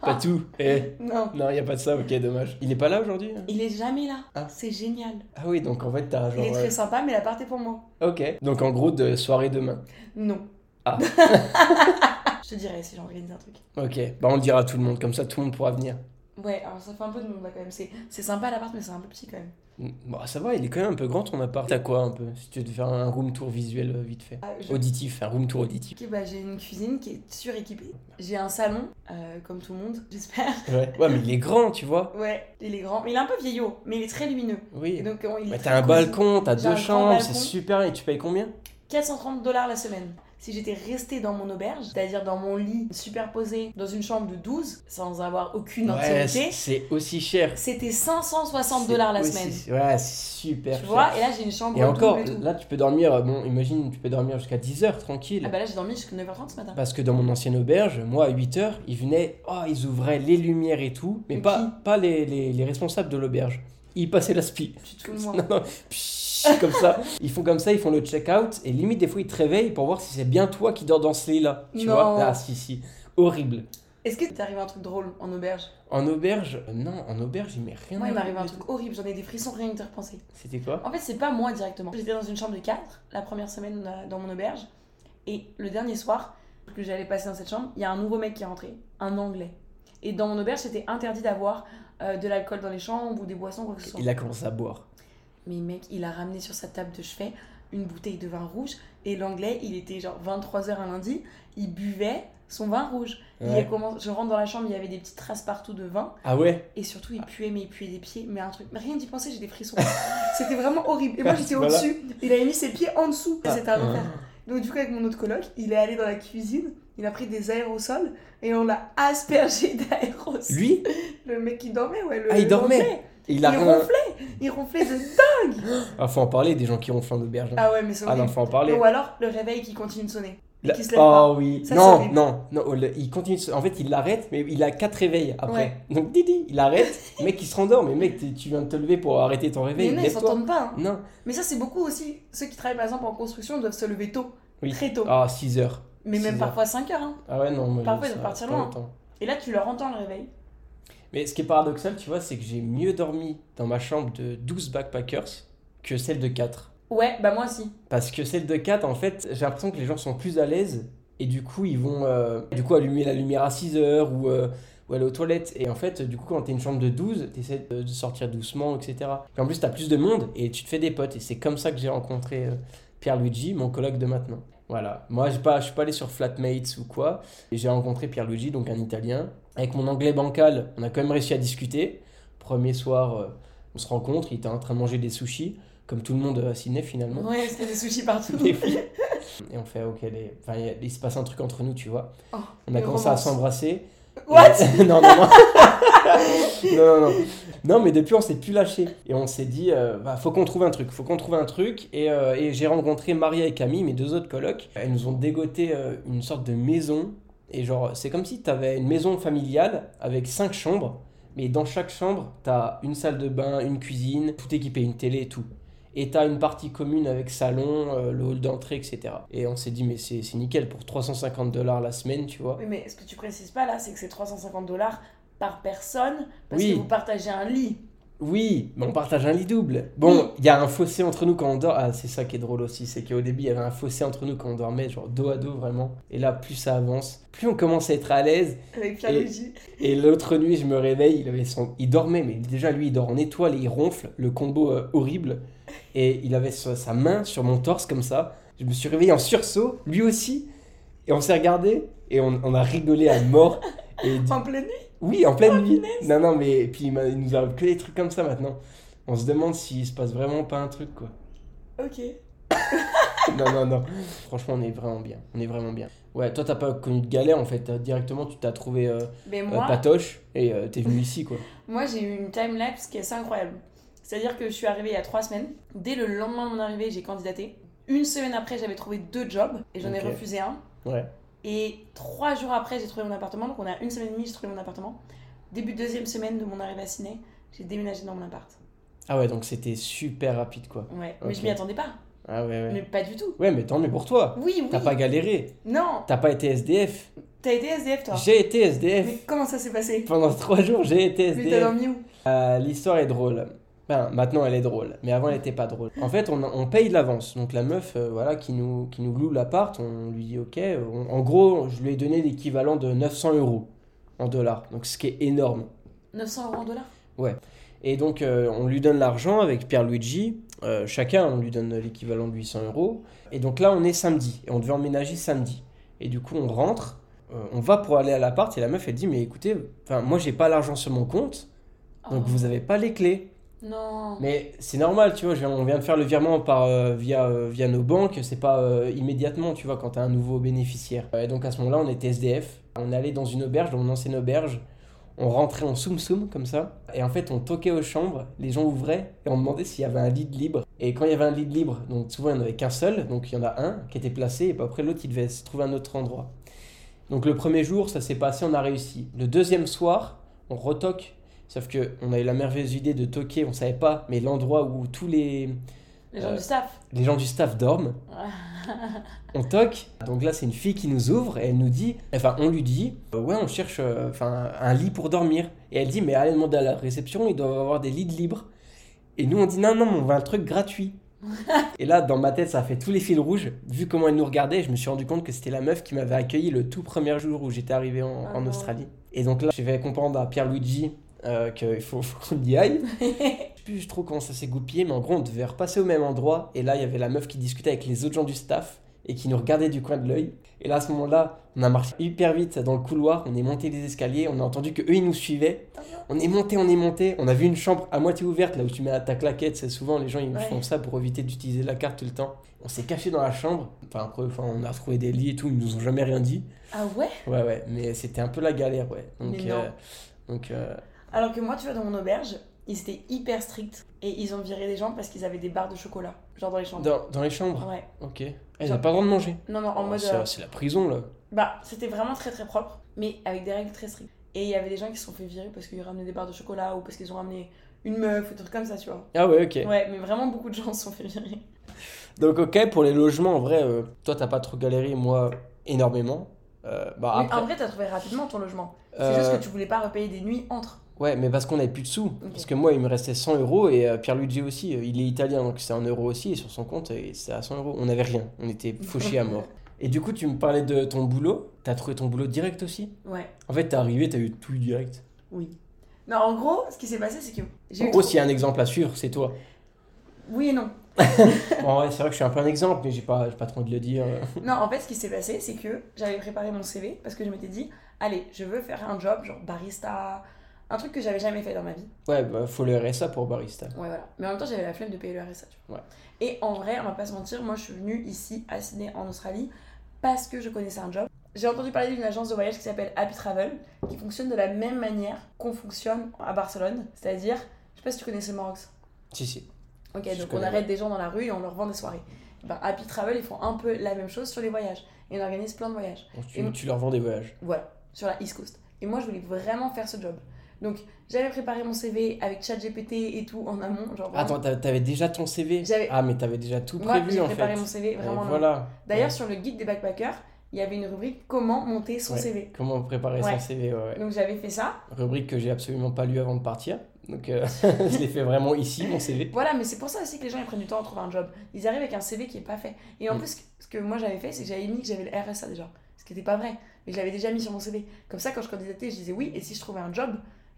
Speaker 3: Pas tout. Eh.
Speaker 2: Non,
Speaker 3: Non, il a pas de ça, ok, dommage. Il est pas là aujourd'hui
Speaker 2: il est jamais là.
Speaker 3: Ah.
Speaker 2: C'est génial.
Speaker 3: Ah oui, donc en fait, t'as
Speaker 2: Il est
Speaker 3: genre.
Speaker 2: très sympa, mais la part est pour moi.
Speaker 3: euh, Ok. Donc en gros, de soirée demain.
Speaker 2: Non.
Speaker 3: Ah.
Speaker 2: Je te dirai si j'organise un truc.
Speaker 3: Ok. Bah, on le dira à tout le monde, comme ça, tout le monde pourra venir.
Speaker 2: Ouais, alors ça fait un peu de monde là quand même. C'est c'est sympa l'appart, mais c'est un peu petit quand même.
Speaker 3: Mm, Bah, ça va, il est quand même un peu grand ton appart. T'as quoi un peu Si tu veux te faire un room tour visuel euh, vite fait.
Speaker 2: Ah, je-
Speaker 3: Auditif, un room tour auditif.
Speaker 2: Ok, bah, j'ai une cuisine qui est suréquipée. J'ai un salon, euh, comme tout le monde, j'espère.
Speaker 3: Ouais. ouais, mais il est grand, tu vois.
Speaker 2: Ouais, il est grand. Il est un peu vieillot, mais il est très lumineux. Et
Speaker 3: Oui.
Speaker 2: donc, on- il est
Speaker 3: Mais
Speaker 2: très
Speaker 3: t'as un
Speaker 2: cosy.
Speaker 3: balcon, t'as
Speaker 2: J'ai
Speaker 3: deux
Speaker 2: un grand
Speaker 3: chambres, c'est
Speaker 2: balcon.
Speaker 3: super. Et tu payes combien
Speaker 2: 430 dollars la semaine. Si j'étais restée dans mon auberge, c'est-à-dire dans mon lit superposé dans une chambre de 12, sans avoir aucune
Speaker 3: Ouais,
Speaker 2: intimité,
Speaker 3: c'est c'est aussi cher.
Speaker 2: c'était 560
Speaker 3: C'est
Speaker 2: dollars la
Speaker 3: aussi-
Speaker 2: semaine.
Speaker 3: Ouais, c'est super
Speaker 2: Tu
Speaker 3: cher.
Speaker 2: vois, et là j'ai une chambre
Speaker 3: Et encore,
Speaker 2: double et tout.
Speaker 3: là tu peux dormir, euh, bon, imagine, tu peux dormir jusqu'à 10h tranquille.
Speaker 2: Ah bah là j'ai dormi jusqu'à 9h30 ce matin.
Speaker 3: Parce que dans mon ancienne auberge, moi à 8h, ils venaient, oh, ils ouvraient les lumières et tout, mais
Speaker 2: Mais
Speaker 3: pas, pas les, les- les responsables de l'auberge. Ils passaient la spie.
Speaker 2: Tu te fous
Speaker 3: Comme
Speaker 2: de
Speaker 3: ça,
Speaker 2: moi.
Speaker 3: Bah, non, non, pshh, comme ça. Ils font comme ça, ils font le check-out, et limite des fois ils te réveillent pour voir si c'est bien toi qui dors dans ce lit-là. Tu
Speaker 2: Non.
Speaker 3: vois Ah si, si. Horrible.
Speaker 2: Est-ce que t'es arrivé un truc drôle en auberge
Speaker 3: En auberge, euh, non, en auberge, il m'est rien
Speaker 2: Moi il m'est arrivé
Speaker 3: arrivé
Speaker 2: un
Speaker 3: du
Speaker 2: truc
Speaker 3: tout.
Speaker 2: horrible, j'en ai des frissons rien que de repenser.
Speaker 3: C'était quoi
Speaker 2: En fait c'est pas moi directement. J'étais dans une chambre de 4 la première semaine euh, dans mon auberge, et le dernier soir que j'allais passer dans cette chambre, il y a un nouveau mec qui est rentré, un anglais. Et dans mon auberge c'était interdit d'avoir euh, de l'alcool dans les chambres ou des boissons quoi que ce soit.
Speaker 3: Il a commencé à boire.
Speaker 2: Mais mec, il a ramené sur sa table de chevet une bouteille de vin rouge et l'anglais, il était genre 23h un lundi, il buvait son vin rouge. Il
Speaker 3: Ouais.
Speaker 2: a commencé- Je rentre dans la chambre, il y avait des petites traces partout de vin
Speaker 3: Ah ouais
Speaker 2: et surtout il puait, mais il puait des pieds, mais un truc. Mais rien d'y penser, j'ai des frissons. C'était vraiment horrible. Et moi j'étais
Speaker 3: Ah, Voilà.
Speaker 2: au-dessus, il avait mis ses pieds en dessous.
Speaker 3: Ah.
Speaker 2: C'était un enfer. Donc du coup avec mon autre coloc, il est allé dans la cuisine, il a pris des aérosols et on l'a aspergé d'aérosols.
Speaker 3: Lui
Speaker 2: Le mec il dormait, ouais. Le,
Speaker 3: Ah, il
Speaker 2: le
Speaker 3: dormait.
Speaker 2: Anglais.
Speaker 3: Il
Speaker 2: Il,
Speaker 3: a rien.
Speaker 2: ronflait, il ronflait de
Speaker 3: Ah, faut en parler des gens qui ronflent en auberge.
Speaker 2: Ah ouais, mais c'est
Speaker 3: Ah non,
Speaker 2: horrible.
Speaker 3: faut en parler.
Speaker 2: Ou alors le réveil qui continue de sonner. Et
Speaker 3: La-
Speaker 2: qui se lève pas.
Speaker 3: Oh oui.
Speaker 2: Ça, c'est
Speaker 3: non,
Speaker 2: horrible.
Speaker 3: non, non, oh, le- Il continue. de se- En fait, il l'arrête, mais il a quatre réveils après. Donc Didi, il arrête. mec, il se rendort. Mais mec, t'es- tu viens de te lever pour arrêter ton réveil.
Speaker 2: Mais non, ils
Speaker 3: Lève-toi.
Speaker 2: s'entendent pas. hein.
Speaker 3: Non.
Speaker 2: Mais ça, c'est beaucoup aussi. Ceux qui travaillent par exemple en construction doivent se lever tôt,
Speaker 3: Oui.
Speaker 2: très tôt.
Speaker 3: Ah, 6 heures.
Speaker 2: mais même
Speaker 3: six
Speaker 2: parfois 5 heures. hein.
Speaker 3: Ah ouais, non. Moi,
Speaker 2: Parfois, ils
Speaker 3: ça,
Speaker 2: vont partir
Speaker 3: pas
Speaker 2: loin.
Speaker 3: longtemps.
Speaker 2: Et là, tu leur entends le réveil.
Speaker 3: Mais ce qui est paradoxal, tu vois, c'est que j'ai mieux dormi dans ma chambre de 12 backpackers que celle de 4.
Speaker 2: Ouais, bah moi aussi.
Speaker 3: Parce que celle de 4, en fait, j'ai l'impression que les gens sont plus à l'aise et du coup, ils vont euh, du coup, allumer la lumière à 6 heures ou, euh, ou aller aux toilettes. Et en fait, du coup, quand t'es une chambre de 12, t'essaies de, de sortir doucement, etc. Et en plus, t'as plus de monde et tu te fais des potes. Et c'est comme ça que j'ai rencontré euh, Pierre-Luigi, mon coloc de maintenant. Voilà. Moi, j'ai pas- je suis pas allé sur Flatmates ou quoi. Et j'ai rencontré Pierre-Luigi, donc un Italien. Avec mon anglais bancal, on a quand même réussi à discuter. Premier soir, euh, on se rencontre, il était en train de manger des sushis, comme tout le monde euh, à Sydney finalement.
Speaker 2: Ouais, parce qu'il y a des sushis partout.
Speaker 3: Des filles. Et on fait, ok, les- enfin, il y a- il se passe un truc entre nous, tu vois.
Speaker 2: Oh,
Speaker 3: on a
Speaker 2: les
Speaker 3: commencé à
Speaker 2: romances.
Speaker 3: s'embrasser.
Speaker 2: What
Speaker 3: Et- Non, non, non. non, non, non. Non, mais depuis, on s'est plus lâché. Et on s'est dit, euh, bah, faut qu'on trouve un truc, faut qu'on trouve un truc. Et, euh, et j'ai rencontré Maria et Camille, mes deux autres colocs. Elles nous ont dégoté euh, une sorte de maison. Et genre, c'est comme si t'avais une maison familiale avec cinq chambres. Mais dans chaque chambre, t'as une salle de bain, une cuisine, tout équipé, une télé et tout. Et t'as une partie commune avec salon, euh, le hall d'entrée, etc. Et on s'est dit, mais c'est c'est nickel pour 350 dollars la semaine, tu vois.
Speaker 2: Oui, mais ce que tu précises pas là, c'est que c'est 350 dollars par personne parce
Speaker 3: Oui.
Speaker 2: que vous partagez un lit.
Speaker 3: Oui, mais on partage un lit double. Bon, il y a un fossé entre nous quand on dort. Ah, c'est ça qui est drôle aussi, c'est qu'au début, il y avait un fossé entre nous quand on dormait, genre dos à dos vraiment. Et là, plus ça avance, plus on commence à être à l'aise.
Speaker 2: Avec Pierre
Speaker 3: Et-
Speaker 2: Luigi.
Speaker 3: Et l'autre nuit, je me réveille, il avait son... Il dormait, mais déjà, lui, il dort en étoile et il ronfle, le combo euh, horrible. Et il avait sa, sa main sur mon torse comme ça. Je me suis réveillé en sursaut, lui aussi. Et on s'est regardé et on, on a rigolé à mort. Et
Speaker 2: En pleine nuit.
Speaker 3: oui, en
Speaker 2: Oh,
Speaker 3: pleine nuit. Non, non, mais et puis il, m'a- il nous arrive que des trucs comme ça maintenant. On se demande s'il se passe vraiment pas un truc, quoi.
Speaker 2: Ok.
Speaker 3: non, non, non. Franchement, on est vraiment bien. On est vraiment bien. Ouais, toi, t'as pas connu de galère, en fait. T'as- Directement, tu t'as trouvé euh,
Speaker 2: Mais
Speaker 3: euh,
Speaker 2: moi,
Speaker 3: patoche et euh, t'es venu ici, quoi.
Speaker 2: Moi, j'ai eu une timelapse qui est assez incroyable. C'est-à-dire que je suis arrivée il y a trois semaines. Dès le lendemain de mon arrivée, j'ai candidaté. Une semaine après, j'avais trouvé deux jobs et j'en ai
Speaker 3: Ok.
Speaker 2: refusé un.
Speaker 3: Ouais.
Speaker 2: Et trois jours après, j'ai trouvé mon appartement. Donc, on a une semaine et demie, j'ai trouvé mon appartement. Début de deuxième semaine de mon arrivée à Sydney, j'ai déménagé dans mon appart.
Speaker 3: Ah ouais, donc c'était super rapide quoi.
Speaker 2: Ouais, mais
Speaker 3: Ok.
Speaker 2: je m'y attendais pas.
Speaker 3: Ah ouais, ouais.
Speaker 2: Mais pas du tout.
Speaker 3: Ouais, mais tant mieux pour toi.
Speaker 2: Oui, oui.
Speaker 3: T'as pas galéré.
Speaker 2: Non,
Speaker 3: T'as pas été SDF.
Speaker 2: t'as été SDF toi.
Speaker 3: J'ai été
Speaker 2: Mais
Speaker 3: SDF.
Speaker 2: comment ça s'est passé
Speaker 3: Pendant trois jours, j'ai été
Speaker 2: Mais t'as
Speaker 3: SDF.
Speaker 2: dormi où
Speaker 3: Euh, L'histoire est drôle. Ben, maintenant elle est drôle, mais avant elle n'était pas drôle. En fait, on, on paye de l'avance. Donc la meuf euh, voilà, qui, nous, qui nous loue l'appart, on lui dit ok. euh, on- en gros, je lui ai donné l'équivalent de 900 euros en dollars, donc ce qui est énorme.
Speaker 2: 900 euros en dollars
Speaker 3: Et donc, euh, on lui donne l'argent avec Pierre-Luigi. Euh, chacun, on lui donne l'équivalent de 800 euros. Et donc là, on est samedi. Et on devait emménager samedi. Et du coup, on rentre. euh, on va pour aller à l'appart. Et la meuf, elle dit Mais écoutez, enfin, moi, j'ai pas l'argent sur mon compte. Donc,
Speaker 2: Oh,
Speaker 3: vous avez pas les clés.
Speaker 2: Non.
Speaker 3: Mais c'est normal, tu vois. je viens- on vient de faire le virement par, euh, via, euh, via nos banques. C'est pas euh, immédiatement, tu vois, quand t'as un nouveau bénéficiaire. Euh, Et donc, à ce moment-là, on était SDF. On allait dans une auberge, dans mon ancienne auberge. On rentrait en soum-soum comme ça, et en fait on toquait aux chambres, les gens ouvraient, et on demandait s'il y avait un lit de libre. Et quand il y avait un lit de libre, donc souvent il n'y en avait qu'un seul, donc il y en a un qui était placé, et puis après l'autre il devait se trouver un autre endroit. Donc le premier jour, ça s'est passé, on a réussi. Le deuxième soir, on retoque, sauf que on a eu la merveilleuse idée de toquer, on savait pas, mais l'endroit où tous les,
Speaker 2: Les gens
Speaker 3: euh,
Speaker 2: du staff.
Speaker 3: les gens du staff dorment, on toque. Donc là, c'est une fille qui nous ouvre et elle nous dit, enfin, on lui dit, euh, ouais, on cherche euh, enfin, un lit pour dormir. Et elle dit, mais allez demander à la réception, ils doivent avoir des lits de libres. Et nous, on dit, non, non, on veut un truc gratuit. et là, dans ma tête, ça a fait tous les fils rouges. Vu comment elle nous regardait, je me suis rendu compte que c'était la meuf qui m'avait accueilli le tout premier jour où j'étais arrivé en,
Speaker 2: Ah
Speaker 3: en
Speaker 2: non.
Speaker 3: Australie. Et donc là, je vais comprendre à Pierre-Luigi euh, qu'il faut, faut qu'on y aille.
Speaker 2: ouais.
Speaker 3: Je sais plus trop comment ça s'est goupillé, mais en gros, on devait repasser au même endroit. Et là, il y avait la meuf qui discutait avec les autres gens du staff et qui nous regardait du coin de l'œil. Et là, à ce moment-là, on a marché hyper vite dans le couloir, on est monté les escaliers, on a entendu que eux ils nous suivaient. On est monté, on est monté, on a vu une chambre à moitié ouverte, là où tu mets ta claquette, c'est souvent les gens ils
Speaker 2: Ouais.
Speaker 3: font ça pour éviter d'utiliser la carte tout le temps. On s'est caché dans la chambre, enfin après, enfin, on a trouvé des lits et tout, ils nous ont jamais rien dit.
Speaker 2: Ah ouais
Speaker 3: Ouais, ouais, mais c'était un peu la galère, ouais. Donc,
Speaker 2: Mais non.
Speaker 3: euh, donc euh,
Speaker 2: Alors que moi, tu vois, dans mon auberge, ils étaient hyper stricts. Et ils ont viré des gens parce qu'ils avaient des barres de chocolat. Genre dans les chambres.
Speaker 3: dans, dans les chambres,
Speaker 2: Ouais.
Speaker 3: ok. Eh, Ils n'ont pas le droit de manger.
Speaker 2: Non, non, en
Speaker 3: Oh,
Speaker 2: mode.
Speaker 3: c'est,
Speaker 2: euh,
Speaker 3: c'est la prison là.
Speaker 2: Bah, c'était vraiment très très propre, mais avec des règles très strictes. Et il y avait des gens qui se sont fait virer parce qu'ils ramenaient des barres de chocolat ou parce qu'ils ont ramené une meuf ou des trucs comme ça, tu vois.
Speaker 3: Ah ouais, ok.
Speaker 2: Ouais, mais vraiment beaucoup de gens se sont fait virer.
Speaker 3: Donc ok, pour les logements, en vrai, euh, toi t'as pas trop galéré, moi énormément. Euh, bah
Speaker 2: Mais
Speaker 3: après,
Speaker 2: en vrai, t'as trouvé rapidement ton logement. ah, C'est
Speaker 3: euh,
Speaker 2: juste que tu voulais pas repayer des nuits entre.
Speaker 3: ouais, mais parce qu'on avait plus de sous. Parce que moi, il me restait 100 euros et euh, Pierluigi aussi, euh, il est italien, donc c'est en euros aussi, et sur son compte, euh, c'est à 100 euros. On avait rien, on était fauchés à mort. Et du coup, tu me parlais de ton boulot. T'as trouvé ton boulot direct aussi
Speaker 2: Ouais,
Speaker 3: En fait, t'es arrivé, t'as eu tout direct.
Speaker 2: oui. Non, en gros, ce qui s'est passé, c'est que j'ai
Speaker 3: En
Speaker 2: eu.
Speaker 3: gros, s'il y a un exemple à suivre, c'est toi.
Speaker 2: Oui et non.
Speaker 3: Bon, ouais, c'est vrai que je suis un peu un exemple, mais j'ai pas, j'ai pas trop envie de le dire.
Speaker 2: Non, en fait, ce qui s'est passé, c'est que j'avais préparé mon CV parce que je m'étais dit, allez, je veux faire un job, genre barista, un truc que j'avais jamais fait dans ma vie.
Speaker 3: Ouais, bah, faut le RSA pour barista.
Speaker 2: Ouais, voilà. Mais en même temps, j'avais la flemme de payer le RSA, tu vois.
Speaker 3: Ouais.
Speaker 2: Et en vrai, on va pas se mentir, moi, je suis venue ici, à Sydney, en Australie, parce que je connaissais un job. J'ai entendu parler d'une agence de voyage qui s'appelle Happy Travel, qui fonctionne de la même manière qu'on fonctionne à Barcelone. C'est-à-dire, je sais pas si tu connais ce Maroc.
Speaker 3: Si, si.
Speaker 2: Ok,
Speaker 3: Je
Speaker 2: donc on
Speaker 3: connais.
Speaker 2: arrête des gens dans la rue et on leur vend des soirées. Ben, Happy Travel, ils font un peu la même chose sur les voyages. Et on organise plein de voyages.
Speaker 3: Donc,
Speaker 2: Et-
Speaker 3: tu, tu leur vends des voyages.
Speaker 2: Voilà, sur la East Coast. Et moi, je voulais vraiment faire ce job. Donc, j'avais préparé mon CV avec ChatGPT et tout en amont. Genre vraiment-
Speaker 3: Attends, t'a- t'avais déjà ton CV
Speaker 2: J'avais-
Speaker 3: Ah, mais t'avais déjà tout
Speaker 2: Moi,
Speaker 3: prévu
Speaker 2: j'ai
Speaker 3: en
Speaker 2: préparé
Speaker 3: fait.
Speaker 2: mon CV
Speaker 3: Et
Speaker 2: vraiment. en amont.
Speaker 3: voilà.
Speaker 2: D'ailleurs,
Speaker 3: Ouais.
Speaker 2: sur le guide des backpackers, il y avait une rubrique Comment monter son
Speaker 3: Ouais.
Speaker 2: CV.
Speaker 3: Comment préparer
Speaker 2: Ouais.
Speaker 3: son CV ouais, ouais.
Speaker 2: Donc j'avais fait ça.
Speaker 3: Rubrique que j'ai absolument pas lu avant de partir. Donc, euh, je l'ai fait vraiment ici, mon CV.
Speaker 2: Voilà, mais c'est pour ça aussi que les gens ils prennent du temps à trouver un job. Ils arrivent avec un CV qui est pas fait. Et en
Speaker 3: Mm.
Speaker 2: plus, ce que moi j'avais fait, c'est que j'avais mis que j'avais le RSA déjà. Ce qui n'était pas vrai. Mais je l'avais déjà mis sur mon CV. Comme ça, quand je candidatais, je disais oui. Et si je trouvais un job,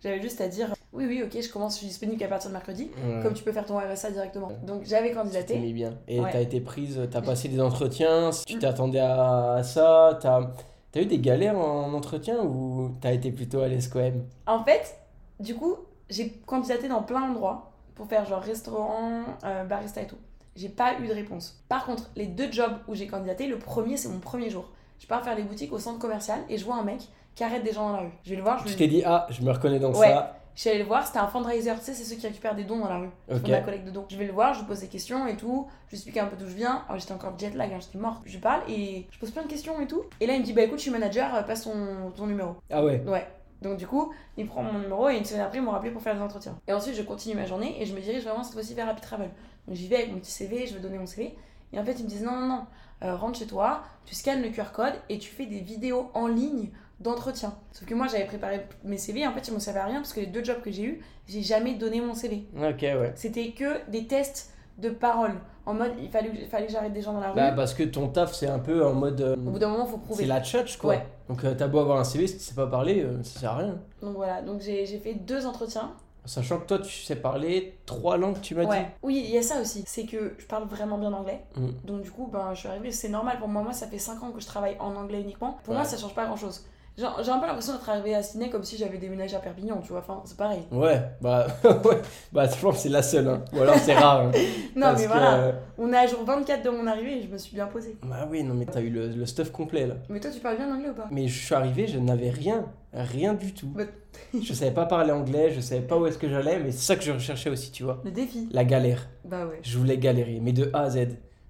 Speaker 2: j'avais juste à dire oui, oui, ok, je commence, je suis disponible qu'à partir de mercredi.
Speaker 3: Ouais,
Speaker 2: Comme tu peux faire ton RSA directement. Donc j'avais
Speaker 3: t'es
Speaker 2: candidaté.
Speaker 3: mis bien. Et
Speaker 2: Ouais. Mm.
Speaker 3: t'as été prise, t'as passé des entretiens, tu t'attendais à à ça, t'as. T'as eu des galères en entretien ou t'as été plutôt à l'aise quand même
Speaker 2: En fait, du coup, j'ai candidaté dans plein d'endroits pour faire genre restaurant, euh, barista et tout. J'ai pas eu de réponse. Par contre, les deux jobs où j'ai candidaté, le premier, c'est mon premier jour. Je pars faire les boutiques au centre commercial et je vois un mec qui arrête des gens dans la rue. Je vais le voir, je
Speaker 3: Tu
Speaker 2: lui
Speaker 3: t'es dit, ah, je me reconnais dans
Speaker 2: Mm. Ouais.
Speaker 3: ça.
Speaker 2: Je suis allée le voir, c'était un fundraiser, tu sais, c'est ceux qui récupèrent des dons dans la rue, qui
Speaker 3: Ok.
Speaker 2: font de la collecte de dons. Je vais le voir, je lui pose des questions et tout, je lui explique un peu d'où je viens. Alors, j'étais encore jet lag, hein, j'étais morte. Je lui parle et je pose plein de questions et tout. Et là, il me dit, bah écoute, je suis manager, euh, passe ton, ton numéro.
Speaker 3: Ah ouais.
Speaker 2: Ouais. Donc du coup, il prend mon numéro et une semaine après, il m'a rappelé pour faire les entretiens. Et ensuite, je continue ma journée et je me dirige vraiment cette fois-ci vers Happy Travel. Donc j'y vais avec mon petit CV, je veux donner mon CV. Et en fait, ils me disent non, non, non, Euh, rentre chez toi, tu scannes le QR code et tu fais des vidéos en ligne d'entretien. Sauf que moi, j'avais préparé mes CV et en fait, ils m'ont servi à rien parce que les deux jobs que j'ai eu, j'ai jamais donné mon CV.
Speaker 3: Ok, ouais.
Speaker 2: C'était que des tests de parole. En mode, il fallait, il fallait que j'arrête des gens dans la rue.
Speaker 3: Bah, parce que ton taf, c'est un peu en mode. euh,
Speaker 2: Au bout d'un moment, faut prouver.
Speaker 3: c'est la tchatch, quoi.
Speaker 2: Ouais.
Speaker 3: Donc, euh, t'as beau avoir un CV, si tu sais pas parler, euh, ça sert à rien.
Speaker 2: Donc voilà, donc j'ai j'ai fait deux entretiens.
Speaker 3: Sachant que toi, tu sais parler trois langues, tu m'as
Speaker 2: Ouais. Oui, il y a ça aussi. C'est que je parle vraiment bien anglais.
Speaker 3: Mm.
Speaker 2: Donc, du coup, ben, je suis arrivée. C'est normal pour moi. Moi, ça fait 5 ans que je travaille en anglais uniquement. Pour moi,
Speaker 3: Ouais.
Speaker 2: ça change pas grand chose. J'ai j'ai un peu l'impression d'être arrivée à Sydney comme si j'avais déménagé à Perpignan, tu vois. Enfin, c'est pareil.
Speaker 3: dit. Ouais, bah, ouais. Bah, je pense que c'est la seule, hein. Ou alors, c'est rare. hein.
Speaker 2: Non,
Speaker 3: Parce
Speaker 2: mais
Speaker 3: que,
Speaker 2: voilà.
Speaker 3: euh,
Speaker 2: On est à jour 24 de mon arrivée et je me suis bien posée.
Speaker 3: Bah, oui, non, mais t'as eu le, le stuff complet, là.
Speaker 2: Mais toi, tu parles bien anglais ou pas
Speaker 3: Mais je suis arrivé, je n'avais rien. Rien du tout.
Speaker 2: Bah-
Speaker 3: je savais pas parler anglais, je savais pas où est-ce que j'allais, mais c'est ça que je recherchais aussi, tu vois.
Speaker 2: Le défi.
Speaker 3: La galère.
Speaker 2: Bah ouais.
Speaker 3: Je voulais galérer, mais de A à Z.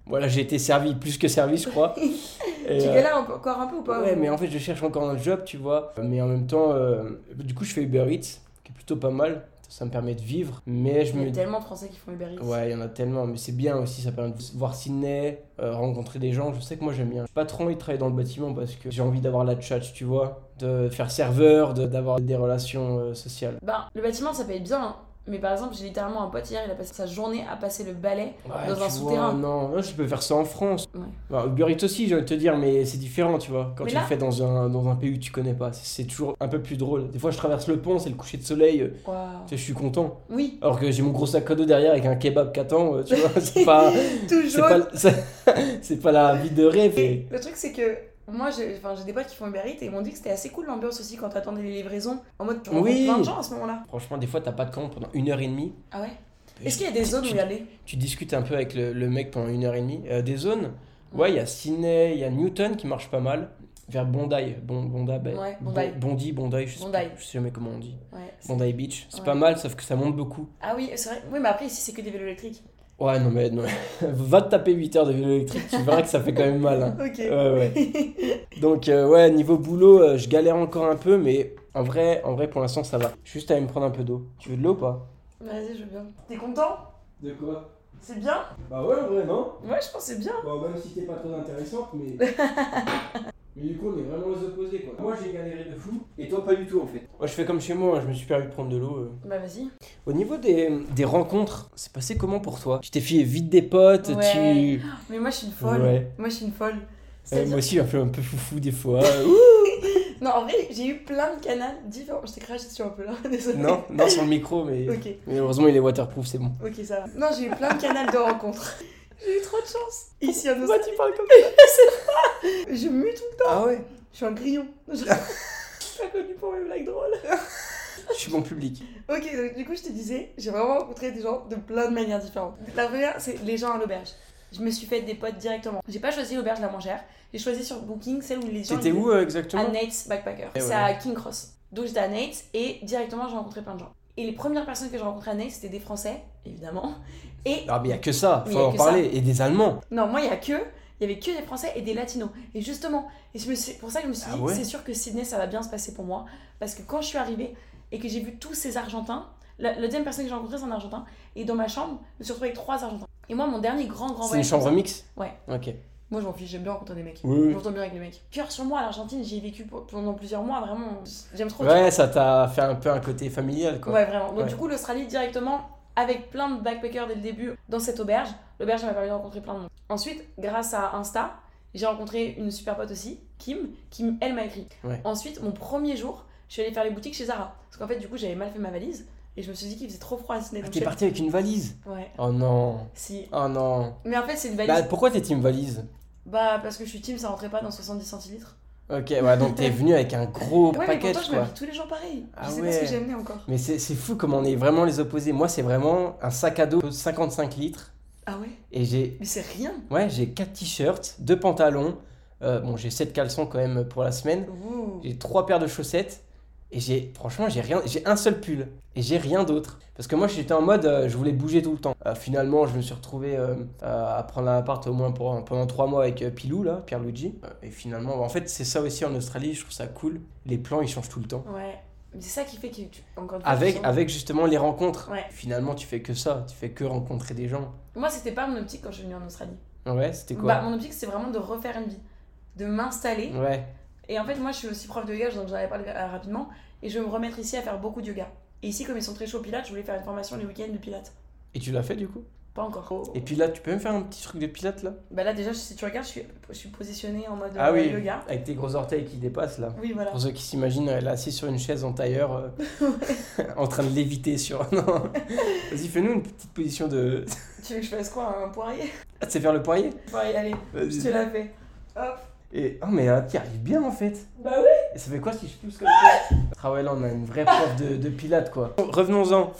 Speaker 3: Voilà, j'ai été servi, plus que servi, je crois. Et,
Speaker 2: tu
Speaker 3: euh,
Speaker 2: galères encore un peu ou pas
Speaker 3: Ouais, mais en fait, je cherche encore un job, tu vois. Mais en même temps, euh, du coup, je fais Uber Eats, qui est plutôt pas mal. Ça me permet de vivre. Mais je
Speaker 2: Il y
Speaker 3: me.
Speaker 2: a tellement de Français qui font Uber Eats.
Speaker 3: Ouais, il y en a tellement, mais c'est bien aussi, ça permet de voir Sydney, euh, rencontrer des gens. Je sais que moi j'aime bien. J'ai pas trop envie de travailler dans le bâtiment parce que j'ai envie d'avoir la chat, tu vois, de faire serveur, de- d'avoir des relations euh, sociales.
Speaker 2: Ben, le bâtiment, ça paye bien. hein. Mais par exemple, j'ai littéralement un pote hier, il a passé sa journée à passer le balai dans
Speaker 3: Ouais, tu
Speaker 2: un
Speaker 3: vois,
Speaker 2: souterrain.
Speaker 3: Non, non, je peux faire ça en France.
Speaker 2: Ouais.
Speaker 3: Bah, Uber Eats aussi, j'ai envie de te dire, mais c'est différent, tu vois. Quand
Speaker 2: Mais
Speaker 3: tu
Speaker 2: là-
Speaker 3: le fais dans un, dans un pays où tu connais pas, c'est- c'est toujours un peu plus drôle. Des fois, je traverse le pont, c'est le coucher de soleil, euh,
Speaker 2: Waouh.
Speaker 3: tu sais, je suis content.
Speaker 2: Oui,
Speaker 3: Alors que j'ai mon gros sac à dos derrière avec un kebab qu'attend, tu vois, c'est pas, c'est
Speaker 2: toujours.
Speaker 3: pas, c'est- c'est pas la vie de rêve. et-
Speaker 2: Le truc, c'est que moi, j'ai enfin, j'ai des potes qui font Uber Eats et ils m'ont dit que c'était assez cool l'ambiance aussi quand t'attendais les livraisons. En mode, tu rencontres
Speaker 3: Oui.
Speaker 2: plein de gens à ce moment-là.
Speaker 3: Franchement, des fois, t'as pas de camp pendant une heure et demie.
Speaker 2: Ah ouais Est-ce qu'il y a des zones où y aller
Speaker 3: Tu discutes un peu avec le, le mec pendant une heure et demie. Euh, des zones Ouais, il y a Sydney, il y a Newton qui marche pas mal. Vers Bondi, bon, Bonda, ben,
Speaker 2: Ouais,
Speaker 3: Bon-
Speaker 2: Bondi.
Speaker 3: Bondi, Bondi, je sais,
Speaker 2: Bondi.
Speaker 3: plus- je sais jamais comment on dit.
Speaker 2: ouais, c'est-
Speaker 3: Bondi Beach, c'est
Speaker 2: Ouais.
Speaker 3: pas mal, sauf que ça monte beaucoup.
Speaker 2: Ah oui, c'est vrai. Oui, mais après, ici, c'est que des vélos électriques.
Speaker 3: Ouais, non mais non. va te taper 8 heures de vélo électrique, tu verras que ça fait quand même mal. hein.
Speaker 2: Ok.
Speaker 3: Ouais, ouais. Donc euh, ouais, niveau boulot, euh, je galère encore un peu, mais en vrai, en vrai pour l'instant ça va. Juste à me prendre un peu d'eau. Tu veux de l'eau ou pas
Speaker 2: Vas-y, je veux bien. T'es content
Speaker 3: De quoi
Speaker 2: C'est bien
Speaker 3: Bah ouais, vraiment.
Speaker 2: Ouais, je pense que c'est bien.
Speaker 3: Bon, même si t'es pas très intéressante, mais... mais du coup on est vraiment aux opposés quoi. Moi j'ai galéré de fou, et toi pas du tout en fait. Moi je fais comme chez moi, hein, je me suis permis de prendre de l'eau. euh.
Speaker 2: Bah, vas-y.
Speaker 3: Au niveau des, des rencontres, c'est passé comment pour toi Tu t'es fait vite des potes,
Speaker 2: Ouais.
Speaker 3: tu...
Speaker 2: Mais moi, je suis une folle.
Speaker 3: Ouais.
Speaker 2: Moi, je suis une folle.
Speaker 3: Euh,
Speaker 2: C'est-à-dire-
Speaker 3: moi aussi, un peu, un peu foufou des fois.
Speaker 2: Non, en vrai, j'ai eu plein de canaux différents. Je t'ai craché dessus un peu là, désolé.
Speaker 3: non, non, sur le micro, mais,
Speaker 2: Ok,
Speaker 3: mais heureusement, il est waterproof, c'est bon.
Speaker 2: ok, ça va. Non, j'ai eu plein de canaux de rencontres. J'ai eu trop de chance. Ici, à nos
Speaker 3: Pourquoi tu parles comme ça
Speaker 2: Je mute
Speaker 3: Ah ouais
Speaker 2: Je suis un grillon. Je suis pas connue pour mes blagues drôles.
Speaker 3: Je suis bon public.
Speaker 2: Ok, donc du coup, je te disais, j'ai vraiment rencontré des gens de plein de manières différentes. La première, c'est les gens à l'auberge. Je me suis fait des potes directement. J'ai pas choisi l'auberge la moins chère. J'ai choisi sur Booking celle où les gens.
Speaker 3: T'étais
Speaker 2: ils-
Speaker 3: où euh,
Speaker 2: À
Speaker 3: exactement Eh
Speaker 2: Nate's Backpacker.
Speaker 3: Et
Speaker 2: C'est
Speaker 3: voilà.
Speaker 2: à King Cross. Donc j'étais à Nate's et directement, j'ai rencontré plein de gens. Et les premières personnes que j'ai rencontrées à Nate's, c'était des Français, évidemment. Et
Speaker 3: Ah, mais il y a que ça,
Speaker 2: Mais
Speaker 3: faut
Speaker 2: y a
Speaker 3: en
Speaker 2: que
Speaker 3: parler. Et des Allemands.
Speaker 2: non, moi, il y a que. Il y avait que des Français et des Latinos. Et justement, et je me suis- c'est pour ça que je me suis
Speaker 3: Ah
Speaker 2: dit,
Speaker 3: ouais
Speaker 2: c'est sûr que Sydney, ça va bien se passer pour moi. Parce que quand je suis arrivée et que j'ai vu tous ces Argentins, la, la deuxième personne que j'ai rencontrée, c'est un Argentin. Et dans ma chambre, je me suis retrouvée avec trois Argentins. Et moi, mon dernier grand, grand
Speaker 3: C'est une
Speaker 2: voyage.
Speaker 3: chambre
Speaker 2: comme
Speaker 3: mixte
Speaker 2: Ouais.
Speaker 3: Ok.
Speaker 2: ça- Moi, je m'en fiche, j'aime bien rencontrer des mecs.
Speaker 3: Oui, oui.
Speaker 2: Je m'entends bien avec les mecs. Cœur sur moi, à l'Argentine, j'y ai vécu pour- pendant plusieurs mois, vraiment. J'aime trop.
Speaker 3: Ouais, ça t'a fait un peu un côté familial, quoi.
Speaker 2: Ouais, vraiment. Donc,
Speaker 3: Ouais.
Speaker 2: du coup, l'Australie directement, avec plein de backpackers dès le début, dans cette auberge. L'auberge m'a permis de rencontrer plein de monde. Ensuite, grâce à Insta, j'ai rencontré une super pote aussi, Kim, qui, m- elle, m'a écrit.
Speaker 3: Ouais.
Speaker 2: Ensuite, mon premier jour, je suis allée faire les boutiques chez Zara. Parce qu'en fait, du coup, j'avais mal fait ma valise. Et je me suis dit qu'il faisait trop froid à Sydney.
Speaker 3: Ah,
Speaker 2: donc
Speaker 3: T'es
Speaker 2: je-
Speaker 3: parti avec une valise
Speaker 2: Ouais,
Speaker 3: Oh non.
Speaker 2: si.
Speaker 3: Oh non.
Speaker 2: Mais en fait, c'est une valise.
Speaker 3: Bah,
Speaker 2: Bah,
Speaker 3: pourquoi t'es team valise
Speaker 2: parce que je suis team, ça rentrait pas dans 70 centilitres.
Speaker 3: Ok, ouais, donc t'es venu avec un gros
Speaker 2: Ouais, mais
Speaker 3: package,
Speaker 2: pourtant, je
Speaker 3: quoi.
Speaker 2: m'habille tous les jours pareil.
Speaker 3: Ah
Speaker 2: je sais pas ce
Speaker 3: ouais.
Speaker 2: que j'ai amené encore.
Speaker 3: Mais c'est c'est fou comment on est vraiment les opposés. Moi, c'est vraiment un sac à dos de 55 litres.
Speaker 2: Ah ouais
Speaker 3: Et j'ai
Speaker 2: Mais c'est rien.
Speaker 3: ouais, j'ai 4 t-shirts, 2 pantalons. euh, bon, j'ai 7 caleçons quand même pour la semaine.
Speaker 2: Ouh.
Speaker 3: J'ai 3 paires de chaussettes. Et j'ai, franchement, j'ai rien, j'ai un seul pull et j'ai rien d'autre. Parce que moi, j'étais en mode, euh, je voulais bouger tout le temps. Euh, finalement, je me suis retrouvé euh, à à prendre un appart au moins pour, pendant trois mois avec euh, Pilou, là, Pierre-Luigi. Euh, et finalement, en fait, c'est ça aussi en Australie, je trouve ça cool. Les plans, ils changent tout le temps.
Speaker 2: Ouais. Mais c'est ça qui fait que tu. Encore une fois, tu
Speaker 3: Avec,
Speaker 2: sens-
Speaker 3: avec justement les rencontres.
Speaker 2: Ouais.
Speaker 3: Finalement, tu fais que ça, tu fais que rencontrer des gens.
Speaker 2: Moi, c'était pas mon optique quand je suis venue en Australie.
Speaker 3: Ouais, c'était quoi
Speaker 2: Bah, mon optique, c'est vraiment de refaire une vie, de m'installer.
Speaker 3: Ouais,
Speaker 2: Et en fait, moi, je suis aussi prof de yoga, donc j'en avais parlé euh, rapidement. Et je vais me remettre ici à faire beaucoup de yoga. Et ici, comme ils sont très chauds au pilates, je voulais faire une formation les week-ends de pilates.
Speaker 3: et tu l'as fait du coup
Speaker 2: Pas encore.
Speaker 3: Oh. Et puis là, tu peux me faire un petit truc de pilote là
Speaker 2: Bah là, déjà, si tu regardes, je suis, je suis positionnée en mode
Speaker 3: Ah
Speaker 2: euh,
Speaker 3: oui,
Speaker 2: yoga.
Speaker 3: avec tes gros orteils qui dépassent là.
Speaker 2: Oui, voilà.
Speaker 3: Pour ceux qui s'imaginent, elle est assise sur une chaise en tailleur, euh, en train de léviter sur. Non. Vas-y, fais-nous une petite position de.
Speaker 2: Tu veux que je fasse quoi Un poirier
Speaker 3: Ah, tu sais faire le poirier
Speaker 2: Poirier, allez, je te
Speaker 3: Vas-y.
Speaker 2: la fais. Hop.
Speaker 3: Et... Oh, mais tu t'y arrives bien en fait.
Speaker 2: Bah oui
Speaker 3: Et ça fait quoi si je pousse comme ça Ah ouais, là, on a une vraie prof de, de pilates quoi. Bon, Revenons-en.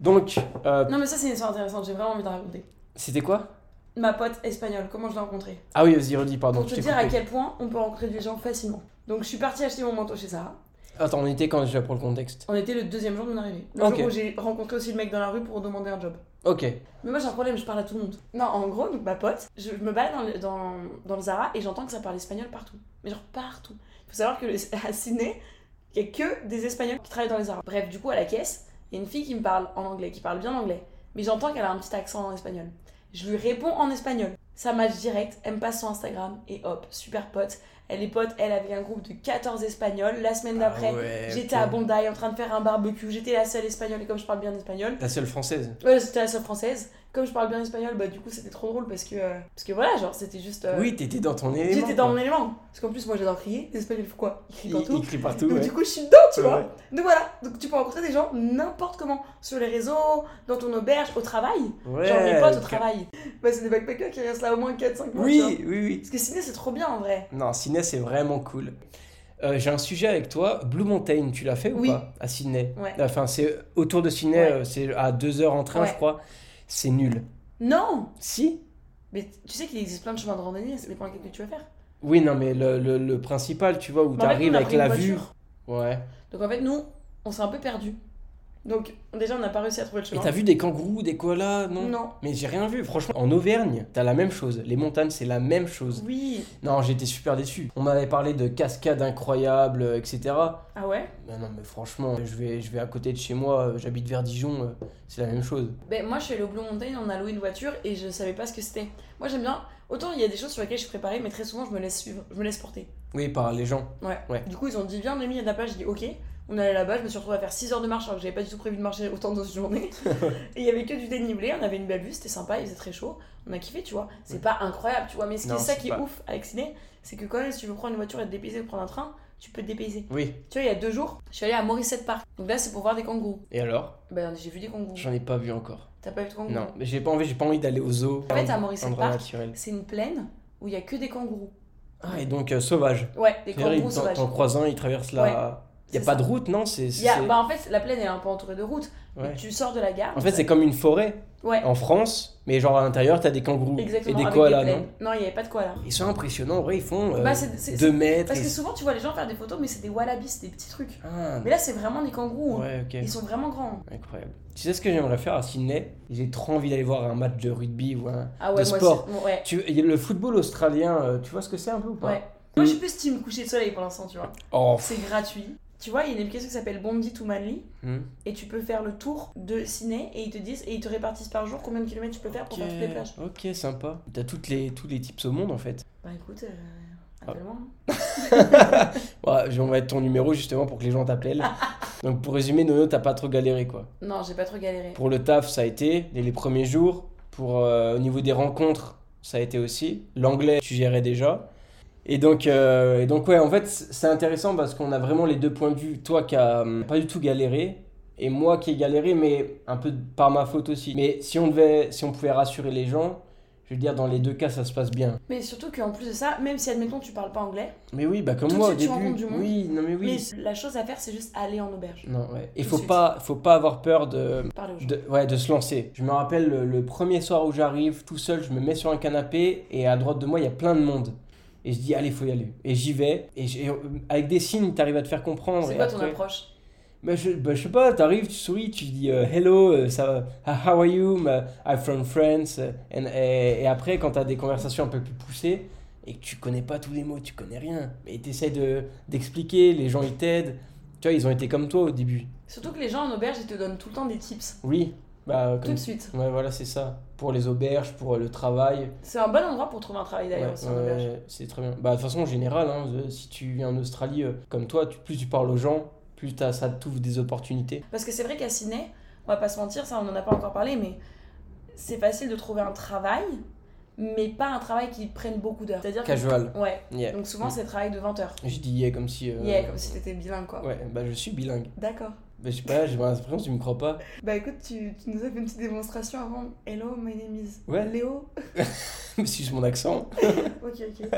Speaker 3: Donc, euh,
Speaker 2: Non, mais ça, c'est une histoire intéressante, j'ai vraiment envie de raconter.
Speaker 3: c'était quoi
Speaker 2: Ma pote espagnole, comment je l'ai rencontrée
Speaker 3: Ah oui, vas-y, redis, pardon.
Speaker 2: Pour
Speaker 3: je
Speaker 2: te
Speaker 3: t'ai
Speaker 2: dire à
Speaker 3: coupé.
Speaker 2: quel point on peut rencontrer des gens facilement. Donc, je suis partie acheter mon manteau chez Sarah.
Speaker 3: Attends, on était quand déjà pour le contexte
Speaker 2: On était le deuxième jour de mon arrivée. Le
Speaker 3: Ok.
Speaker 2: jour où j'ai rencontré aussi le mec dans la rue pour demander un job.
Speaker 3: Ok.
Speaker 2: Mais moi j'ai un problème, je parle à tout le monde. Non, en gros, donc ma pote, je je me balade dans le, dans, dans le Zara et j'entends que ça parle espagnol partout. Mais genre partout. Il faut savoir que le- à Sydney, il n'y a que des Espagnols qui travaillent dans les Zara. Bref, du coup, à la caisse, il y a une fille qui me parle en anglais, qui parle bien anglais. Mais j'entends qu'elle a un petit accent en espagnol. Je lui réponds en espagnol. Ça match direct, elle me passe son Instagram et hop, super pote. Elle est pote, elle avec un groupe de 14 Espagnols. La semaine d'après,
Speaker 3: Ah ouais,
Speaker 2: j'étais
Speaker 3: ok.
Speaker 2: à Bondi en train de faire un barbecue. J'étais la seule Espagnole et comme je parle bien espagnol,
Speaker 3: La seule française.
Speaker 2: Ouais, c'était la seule française. Comme je parle bien espagnol, bah du coup c'était trop drôle parce que euh, parce que voilà, genre c'était juste. euh,
Speaker 3: Oui, t'étais dans ton élément.
Speaker 2: J'étais dans mon
Speaker 3: quoi.
Speaker 2: élément. Parce qu'en plus moi j'adore crier. Les Espagnols ils font quoi Ils crient
Speaker 3: Il,
Speaker 2: partout.
Speaker 3: il crie partout.
Speaker 2: Donc
Speaker 3: ouais.
Speaker 2: du coup je suis dedans, tu
Speaker 3: Ouais,
Speaker 2: vois.
Speaker 3: ouais.
Speaker 2: Donc voilà, donc tu peux rencontrer des gens n'importe comment sur les réseaux, dans ton auberge, au travail. genre mes
Speaker 3: Ouais,
Speaker 2: potes au
Speaker 3: ok.
Speaker 2: travail. Bah c'est des backpackers qui restent là au moins 4-5 mois. tu vois.
Speaker 3: Oui, oui, oui.
Speaker 2: Parce que Sydney c'est trop bien en vrai.
Speaker 3: Non, Sydney, c'est vraiment cool. Euh, J'ai un sujet avec toi. Blue Mountain, tu l'as fait ou
Speaker 2: Oui.
Speaker 3: pas À Sydney.
Speaker 2: Ouais.
Speaker 3: Enfin, c'est autour de Sydney,
Speaker 2: Ouais.
Speaker 3: euh, c'est à deux heures en train,
Speaker 2: Ouais.
Speaker 3: je crois. C'est nul.
Speaker 2: Non,
Speaker 3: Si
Speaker 2: mais tu sais qu'il existe plein de chemins de randonnée. Ça dépend lequel que tu vas faire.
Speaker 3: Oui, non, mais le, le- le principal, tu vois, où
Speaker 2: Mais Bah, en fait,
Speaker 3: t'arrives
Speaker 2: on a
Speaker 3: avec
Speaker 2: pris une
Speaker 3: la vue.
Speaker 2: voiture.
Speaker 3: Ouais.
Speaker 2: Donc en fait nous on s'est un peu perdu. Donc déjà on n'a pas réussi à trouver le
Speaker 3: Et
Speaker 2: chemin.
Speaker 3: t'as vu des kangourous, des koalas Non.
Speaker 2: Non.
Speaker 3: Mais j'ai rien vu, franchement. En Auvergne, t'as la même chose. Les montagnes, c'est la même chose.
Speaker 2: Oui.
Speaker 3: Non, j'étais super déçu. On m'avait parlé de cascades incroyables, euh, etc.
Speaker 2: Ah ouais
Speaker 3: Ben non, mais franchement, je vais, je vais à côté de chez moi, euh, j'habite vers Dijon, euh, c'est la même chose.
Speaker 2: Ben moi je suis allée au Blue Mountain, on a loué une voiture et je savais pas ce que c'était. Moi j'aime bien, autant il y a des choses sur lesquelles je suis préparée, mais très souvent je me laisse suivre, je me laisse porter.
Speaker 3: Oui, par les gens.
Speaker 2: Ouais.
Speaker 3: Ouais.
Speaker 2: Du coup ils ont dit viens Noémie, il y a de la plage, j'ai dit ok. On allait là-bas, je me suis retrouvée à faire 6 heures de marche alors que j'avais pas du tout prévu de marcher autant dans une journée. et il y avait que du dénivelé, on avait une belle vue, c'était sympa, il faisait très chaud, on a kiffé, tu vois. C'est
Speaker 3: Ouais.
Speaker 2: pas incroyable, tu vois, mais ce qui
Speaker 3: Non,
Speaker 2: est ça
Speaker 3: c'est
Speaker 2: qui
Speaker 3: pas.
Speaker 2: est ouf avec Sydney, c'est que quand même si tu veux prendre une voiture et te dépayser ou prendre un train, tu peux te dépayser.
Speaker 3: Oui.
Speaker 2: Tu vois, il y a deux jours, je suis allée à Morissette Park. Donc là c'est pour voir des kangourous.
Speaker 3: Et alors
Speaker 2: Ben j'ai vu des kangourous.
Speaker 3: J'en ai pas vu encore.
Speaker 2: T'as pas vu de kangourous
Speaker 3: Non, mais j'ai pas envie, j'ai pas envie d'aller aux zoo.
Speaker 2: Mm. En fait, à Maurice
Speaker 3: Endroit
Speaker 2: Park,
Speaker 3: naturel.
Speaker 2: c'est une plaine où il y a que des kangourous.
Speaker 3: Ah, et donc euh, sauvage.
Speaker 2: Ouais, des
Speaker 3: C'est-à-dire,
Speaker 2: kangourous
Speaker 3: ils- t'en
Speaker 2: sauvages.
Speaker 3: t'en croises un, il traverse la.
Speaker 2: C'est
Speaker 3: Y a pas
Speaker 2: ça.
Speaker 3: de route, non C'est.
Speaker 2: Il y a-
Speaker 3: c'est-
Speaker 2: bah, en fait, la plaine elle est un peu entourée de routes. mais
Speaker 3: ouais.
Speaker 2: Tu sors de la gare.
Speaker 3: En fait, c'est comme une forêt
Speaker 2: Ouais,
Speaker 3: en France, mais genre à l'intérieur, t'as des kangourous
Speaker 2: exactement.
Speaker 3: et des
Speaker 2: avec
Speaker 3: koalas,
Speaker 2: plaines.
Speaker 3: non
Speaker 2: Non, il n'y avait pas de koalas.
Speaker 3: Ils sont impressionnants, en vrai, ils font
Speaker 2: Bah, c'est- c'est-
Speaker 3: 2 mètres.
Speaker 2: Parce
Speaker 3: et-
Speaker 2: que souvent, tu vois les gens faire des photos, mais c'est des wallabies, c'est des petits trucs.
Speaker 3: Ah,
Speaker 2: Mais là, c'est vraiment des kangourous. hein.
Speaker 3: ouais, ok.
Speaker 2: Ils sont vraiment grands.
Speaker 3: Incroyable. Tu sais ce que j'aimerais faire à Sydney J'ai trop envie d'aller voir un match de rugby ou un.
Speaker 2: Ah ouais,
Speaker 3: De
Speaker 2: moi
Speaker 3: sport.
Speaker 2: aussi. Bon, ouais.
Speaker 3: Tu... il y a Le football australien, euh, tu vois ce que c'est un peu ou pas
Speaker 2: Ouais. Moi, je suis plus team coucher de soleil pour l'instant, tu vois.
Speaker 3: Oh,
Speaker 2: C'est gratuit. Tu vois, il y a une application qui s'appelle Bondi to Manly.
Speaker 3: hmm.
Speaker 2: Et tu peux faire le tour de Ciné et ils te disent et ils te répartissent par jour combien de kilomètres tu peux faire pour faire toutes les plages.
Speaker 3: Ok, sympa. T'as toutes les, tous les types au monde en fait.
Speaker 2: Bah écoute, euh,
Speaker 3: Ah.
Speaker 2: appelle-moi. hein.
Speaker 3: Ouais, je- on va être Bah, ton numéro justement pour que les gens t'appellent. Donc pour résumer, Nono, t'as pas trop galéré quoi.
Speaker 2: Non, j'ai pas trop galéré.
Speaker 3: Pour le taf, ça a été les, les premiers jours. Pour euh, au niveau des rencontres, ça a été aussi. L'anglais, tu gérais déjà. Et donc, euh, et donc ouais, en fait, c- c'est intéressant parce qu'on a vraiment les deux points de vue. Toi qui a hum, pas du tout galéré et moi qui ai galéré, mais un peu par ma faute aussi. Mais si on devait, si on pouvait rassurer les gens, je veux dire, dans les deux cas, ça se passe bien.
Speaker 2: Mais surtout qu'en plus de ça, même si admettons tu parles pas anglais,
Speaker 3: Mais oui, bah comme
Speaker 2: Tout de
Speaker 3: moi
Speaker 2: suite, tu
Speaker 3: au début.
Speaker 2: rencontres du monde.
Speaker 3: oui, non mais oui.
Speaker 2: mais la chose à faire c'est juste aller en auberge,
Speaker 3: Non, ouais. Et
Speaker 2: Tout de
Speaker 3: faut
Speaker 2: suite.
Speaker 3: pas, faut pas avoir peur de,
Speaker 2: parler aux gens.
Speaker 3: de, ouais, de se lancer. Je me rappelle le, le premier soir où j'arrive, tout seul, je me mets sur un canapé et à droite de moi, il y a plein de monde. Et je dis, allez, faut y aller. Et j'y vais. Et, j'ai- euh, avec des signes, t'arrives à te faire comprendre.
Speaker 2: C'est
Speaker 3: et
Speaker 2: quoi ton
Speaker 3: après-
Speaker 2: approche
Speaker 3: bah, je, bah, je sais pas, t'arrives, tu souris, tu dis euh, hello, euh, ça, va, Ah, how are you, Ma- I'm from France. euh, and- et, et après, quand t'as des conversations un peu plus poussées et que tu connais pas tous les mots, tu connais rien, mais t'essayes de, d'expliquer, les gens ils t'aident. Tu vois, ils ont été comme toi au début.
Speaker 2: Surtout que les gens en auberge, ils te donnent tout le temps des tips.
Speaker 3: Oui, bah,
Speaker 2: Tout
Speaker 3: comme
Speaker 2: de suite.
Speaker 3: Ouais, voilà, c'est ça. Pour les auberges, pour euh, le travail.
Speaker 2: C'est un bon endroit pour trouver un travail d'ailleurs
Speaker 3: Ouais,
Speaker 2: aussi en
Speaker 3: ouais,
Speaker 2: auberge.
Speaker 3: c'est très bien. Bah, de toute façon, en général, hein, euh, si tu viens en Australie euh, comme toi, tu- plus tu parles aux gens, plus t'as, ça t'ouvre des opportunités.
Speaker 2: Parce que c'est vrai qu'à Sydney, on va pas se mentir, ça on en a pas encore parlé, mais c'est facile de trouver un travail, mais pas un travail qui prenne beaucoup d'heures. C'est-à-dire que.
Speaker 3: Casual.
Speaker 2: Ouais.
Speaker 3: Yeah.
Speaker 2: Donc souvent, c'est travail de 20 heures.
Speaker 3: Je dis yeah comme si. Mm. euh,
Speaker 2: Yeah, comme si t'étais bilingue quoi.
Speaker 3: Ouais, bah je suis bilingue.
Speaker 2: D'accord.
Speaker 3: Bah, je sais pas, j'ai l'impression que tu me crois pas.
Speaker 2: Bah écoute, tu, tu nous as fait une petite démonstration avant. Hello, my name is
Speaker 3: Ouais.
Speaker 2: Léo.
Speaker 3: Mais c'est juste mon accent.
Speaker 2: Ok, ok.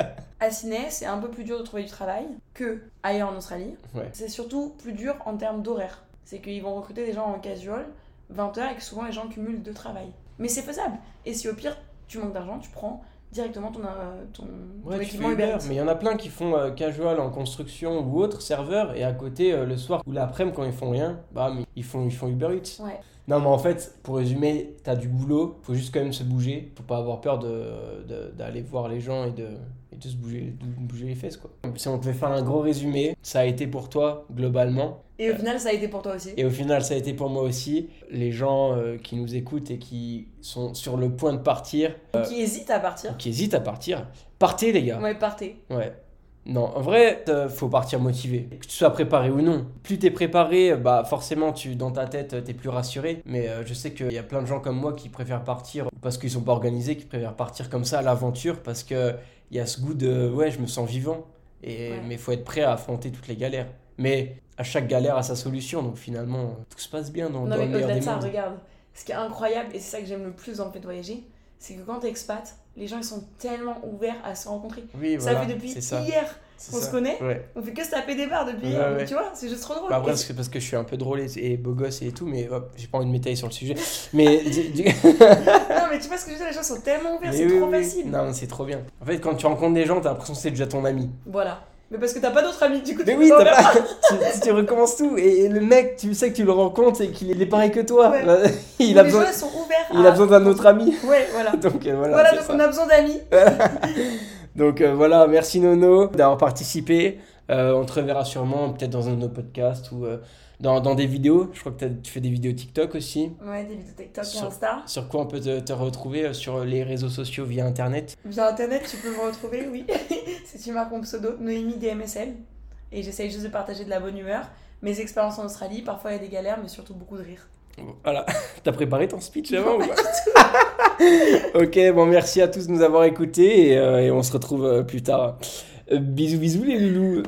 Speaker 2: À Sydney, c'est un peu plus dur de trouver du travail que ailleurs en Australie.
Speaker 3: Ouais.
Speaker 2: C'est surtout plus dur en termes d'horaire. C'est qu'ils vont recruter des gens en casual, 20 heures, et que souvent les gens cumulent deux travail. Mais c'est faisable. Et si au pire, tu manques d'argent, tu prends directement ton, euh, ton, ton
Speaker 3: Ouais, tu fais
Speaker 2: équipement
Speaker 3: Uber,
Speaker 2: Uber. Eats.
Speaker 3: mais il y en a plein qui font euh, casual en construction ou autre, serveur, et à côté, euh, le soir ou l'après-midi, quand ils font rien, bah mais ils font, ils font Uber Eats.
Speaker 2: Ouais.
Speaker 3: Non, mais en fait, pour résumer, t'as du boulot, faut juste quand même se bouger, faut pas avoir peur de, de- d'aller voir les gens et de, et de se bouger, de bouger les fesses, quoi. Si on pouvait faire un gros résumé, ça a été pour toi, globalement,
Speaker 2: Et au final, ça a été pour toi aussi.
Speaker 3: Et au final, ça a été pour moi aussi. Les gens euh, qui nous écoutent et qui sont sur le point de partir,
Speaker 2: Qui hésite à partir.
Speaker 3: qui hésitent à partir, partez les gars.
Speaker 2: Ouais, partez.
Speaker 3: Ouais. Non, en vrai, euh, faut partir motivé, que tu sois préparé ou non. Plus t'es préparé, euh, bah forcément, tu dans ta tête, euh, t'es plus rassuré. Mais euh, je sais qu'il y a plein de gens comme moi qui préfèrent partir parce qu'ils sont pas organisés, qui préfèrent partir comme ça à l'aventure parce que il y a ce goût de ouais, je me sens vivant. Et
Speaker 2: Ouais.
Speaker 3: mais faut être prêt à affronter toutes les galères. Mais à chaque galère a sa solution, donc finalement, euh, tout se passe bien dans,
Speaker 2: Non,
Speaker 3: dans
Speaker 2: mais
Speaker 3: le meilleur
Speaker 2: au-delà
Speaker 3: des
Speaker 2: de ça,
Speaker 3: mondes.
Speaker 2: regarde. Ce qui est incroyable, et c'est ça que j'aime le plus dans le fait de voyager, c'est que quand t'es expat, les gens ils sont tellement ouverts à se rencontrer.
Speaker 3: Oui,
Speaker 2: ça
Speaker 3: voilà,
Speaker 2: fait depuis
Speaker 3: c'est ça.
Speaker 2: hier
Speaker 3: c'est
Speaker 2: qu'on
Speaker 3: ça.
Speaker 2: se connaît.
Speaker 3: Ouais.
Speaker 2: On fait que se taper des barres depuis
Speaker 3: Ouais,
Speaker 2: hier.
Speaker 3: ouais.
Speaker 2: Tu vois, c'est juste trop drôle.
Speaker 3: Bah, après,
Speaker 2: Et
Speaker 3: c'est parce que je suis un peu drôle et, et beau gosse et tout, mais hop, j'ai pas envie de m'étaler sur le sujet. Mais du- du-
Speaker 2: Non, mais tu vois ce que je veux dire, les gens sont tellement ouverts,
Speaker 3: Mais
Speaker 2: c'est
Speaker 3: oui,
Speaker 2: trop
Speaker 3: oui, oui.
Speaker 2: facile.
Speaker 3: Non, mais c'est trop bien. En fait, quand tu rencontres des gens, t'as l'impression que c'est déjà ton ami.
Speaker 2: Voilà. Mais parce que t'as pas d'autres amis, du coup,
Speaker 3: Mais
Speaker 2: tu
Speaker 3: oui,
Speaker 2: peux
Speaker 3: t'as
Speaker 2: pas-
Speaker 3: pas. tu, tu recommences tout. Et, et le mec, tu sais que tu le rencontres et qu'il est, il est pareil que toi.
Speaker 2: Ouais.
Speaker 3: Bah, il, a
Speaker 2: les
Speaker 3: besoin,
Speaker 2: gens ils sont ouverts.
Speaker 3: il a
Speaker 2: à-
Speaker 3: besoin d'un autre ami.
Speaker 2: Ouais, voilà.
Speaker 3: Donc euh, voilà.
Speaker 2: Voilà,
Speaker 3: c'est
Speaker 2: donc
Speaker 3: ça.
Speaker 2: on a besoin d'amis.
Speaker 3: Donc euh, voilà, merci Nono d'avoir participé. Euh, on te reverra sûrement peut-être dans un de nos podcasts ou euh, dans, dans des vidéos. Je crois que t'as- tu fais des vidéos TikTok aussi.
Speaker 2: Ouais, des vidéos TikTok et
Speaker 3: Sur-
Speaker 2: Insta.
Speaker 3: Sur quoi on peut te, te retrouver euh, sur les réseaux sociaux via internet
Speaker 2: Via internet, tu peux me retrouver, oui. si tu marques mon pseudo, Noémie DMSL. Et j'essaye juste de partager de la bonne humeur, mes expériences en Australie. Parfois il y a des galères, mais surtout beaucoup de rire.
Speaker 3: Voilà. T'as préparé ton speech avant ou pas Ok, bon, merci à tous de nous avoir écoutés et, euh, et on se retrouve euh, plus tard. Euh, bisous, bisous les loulous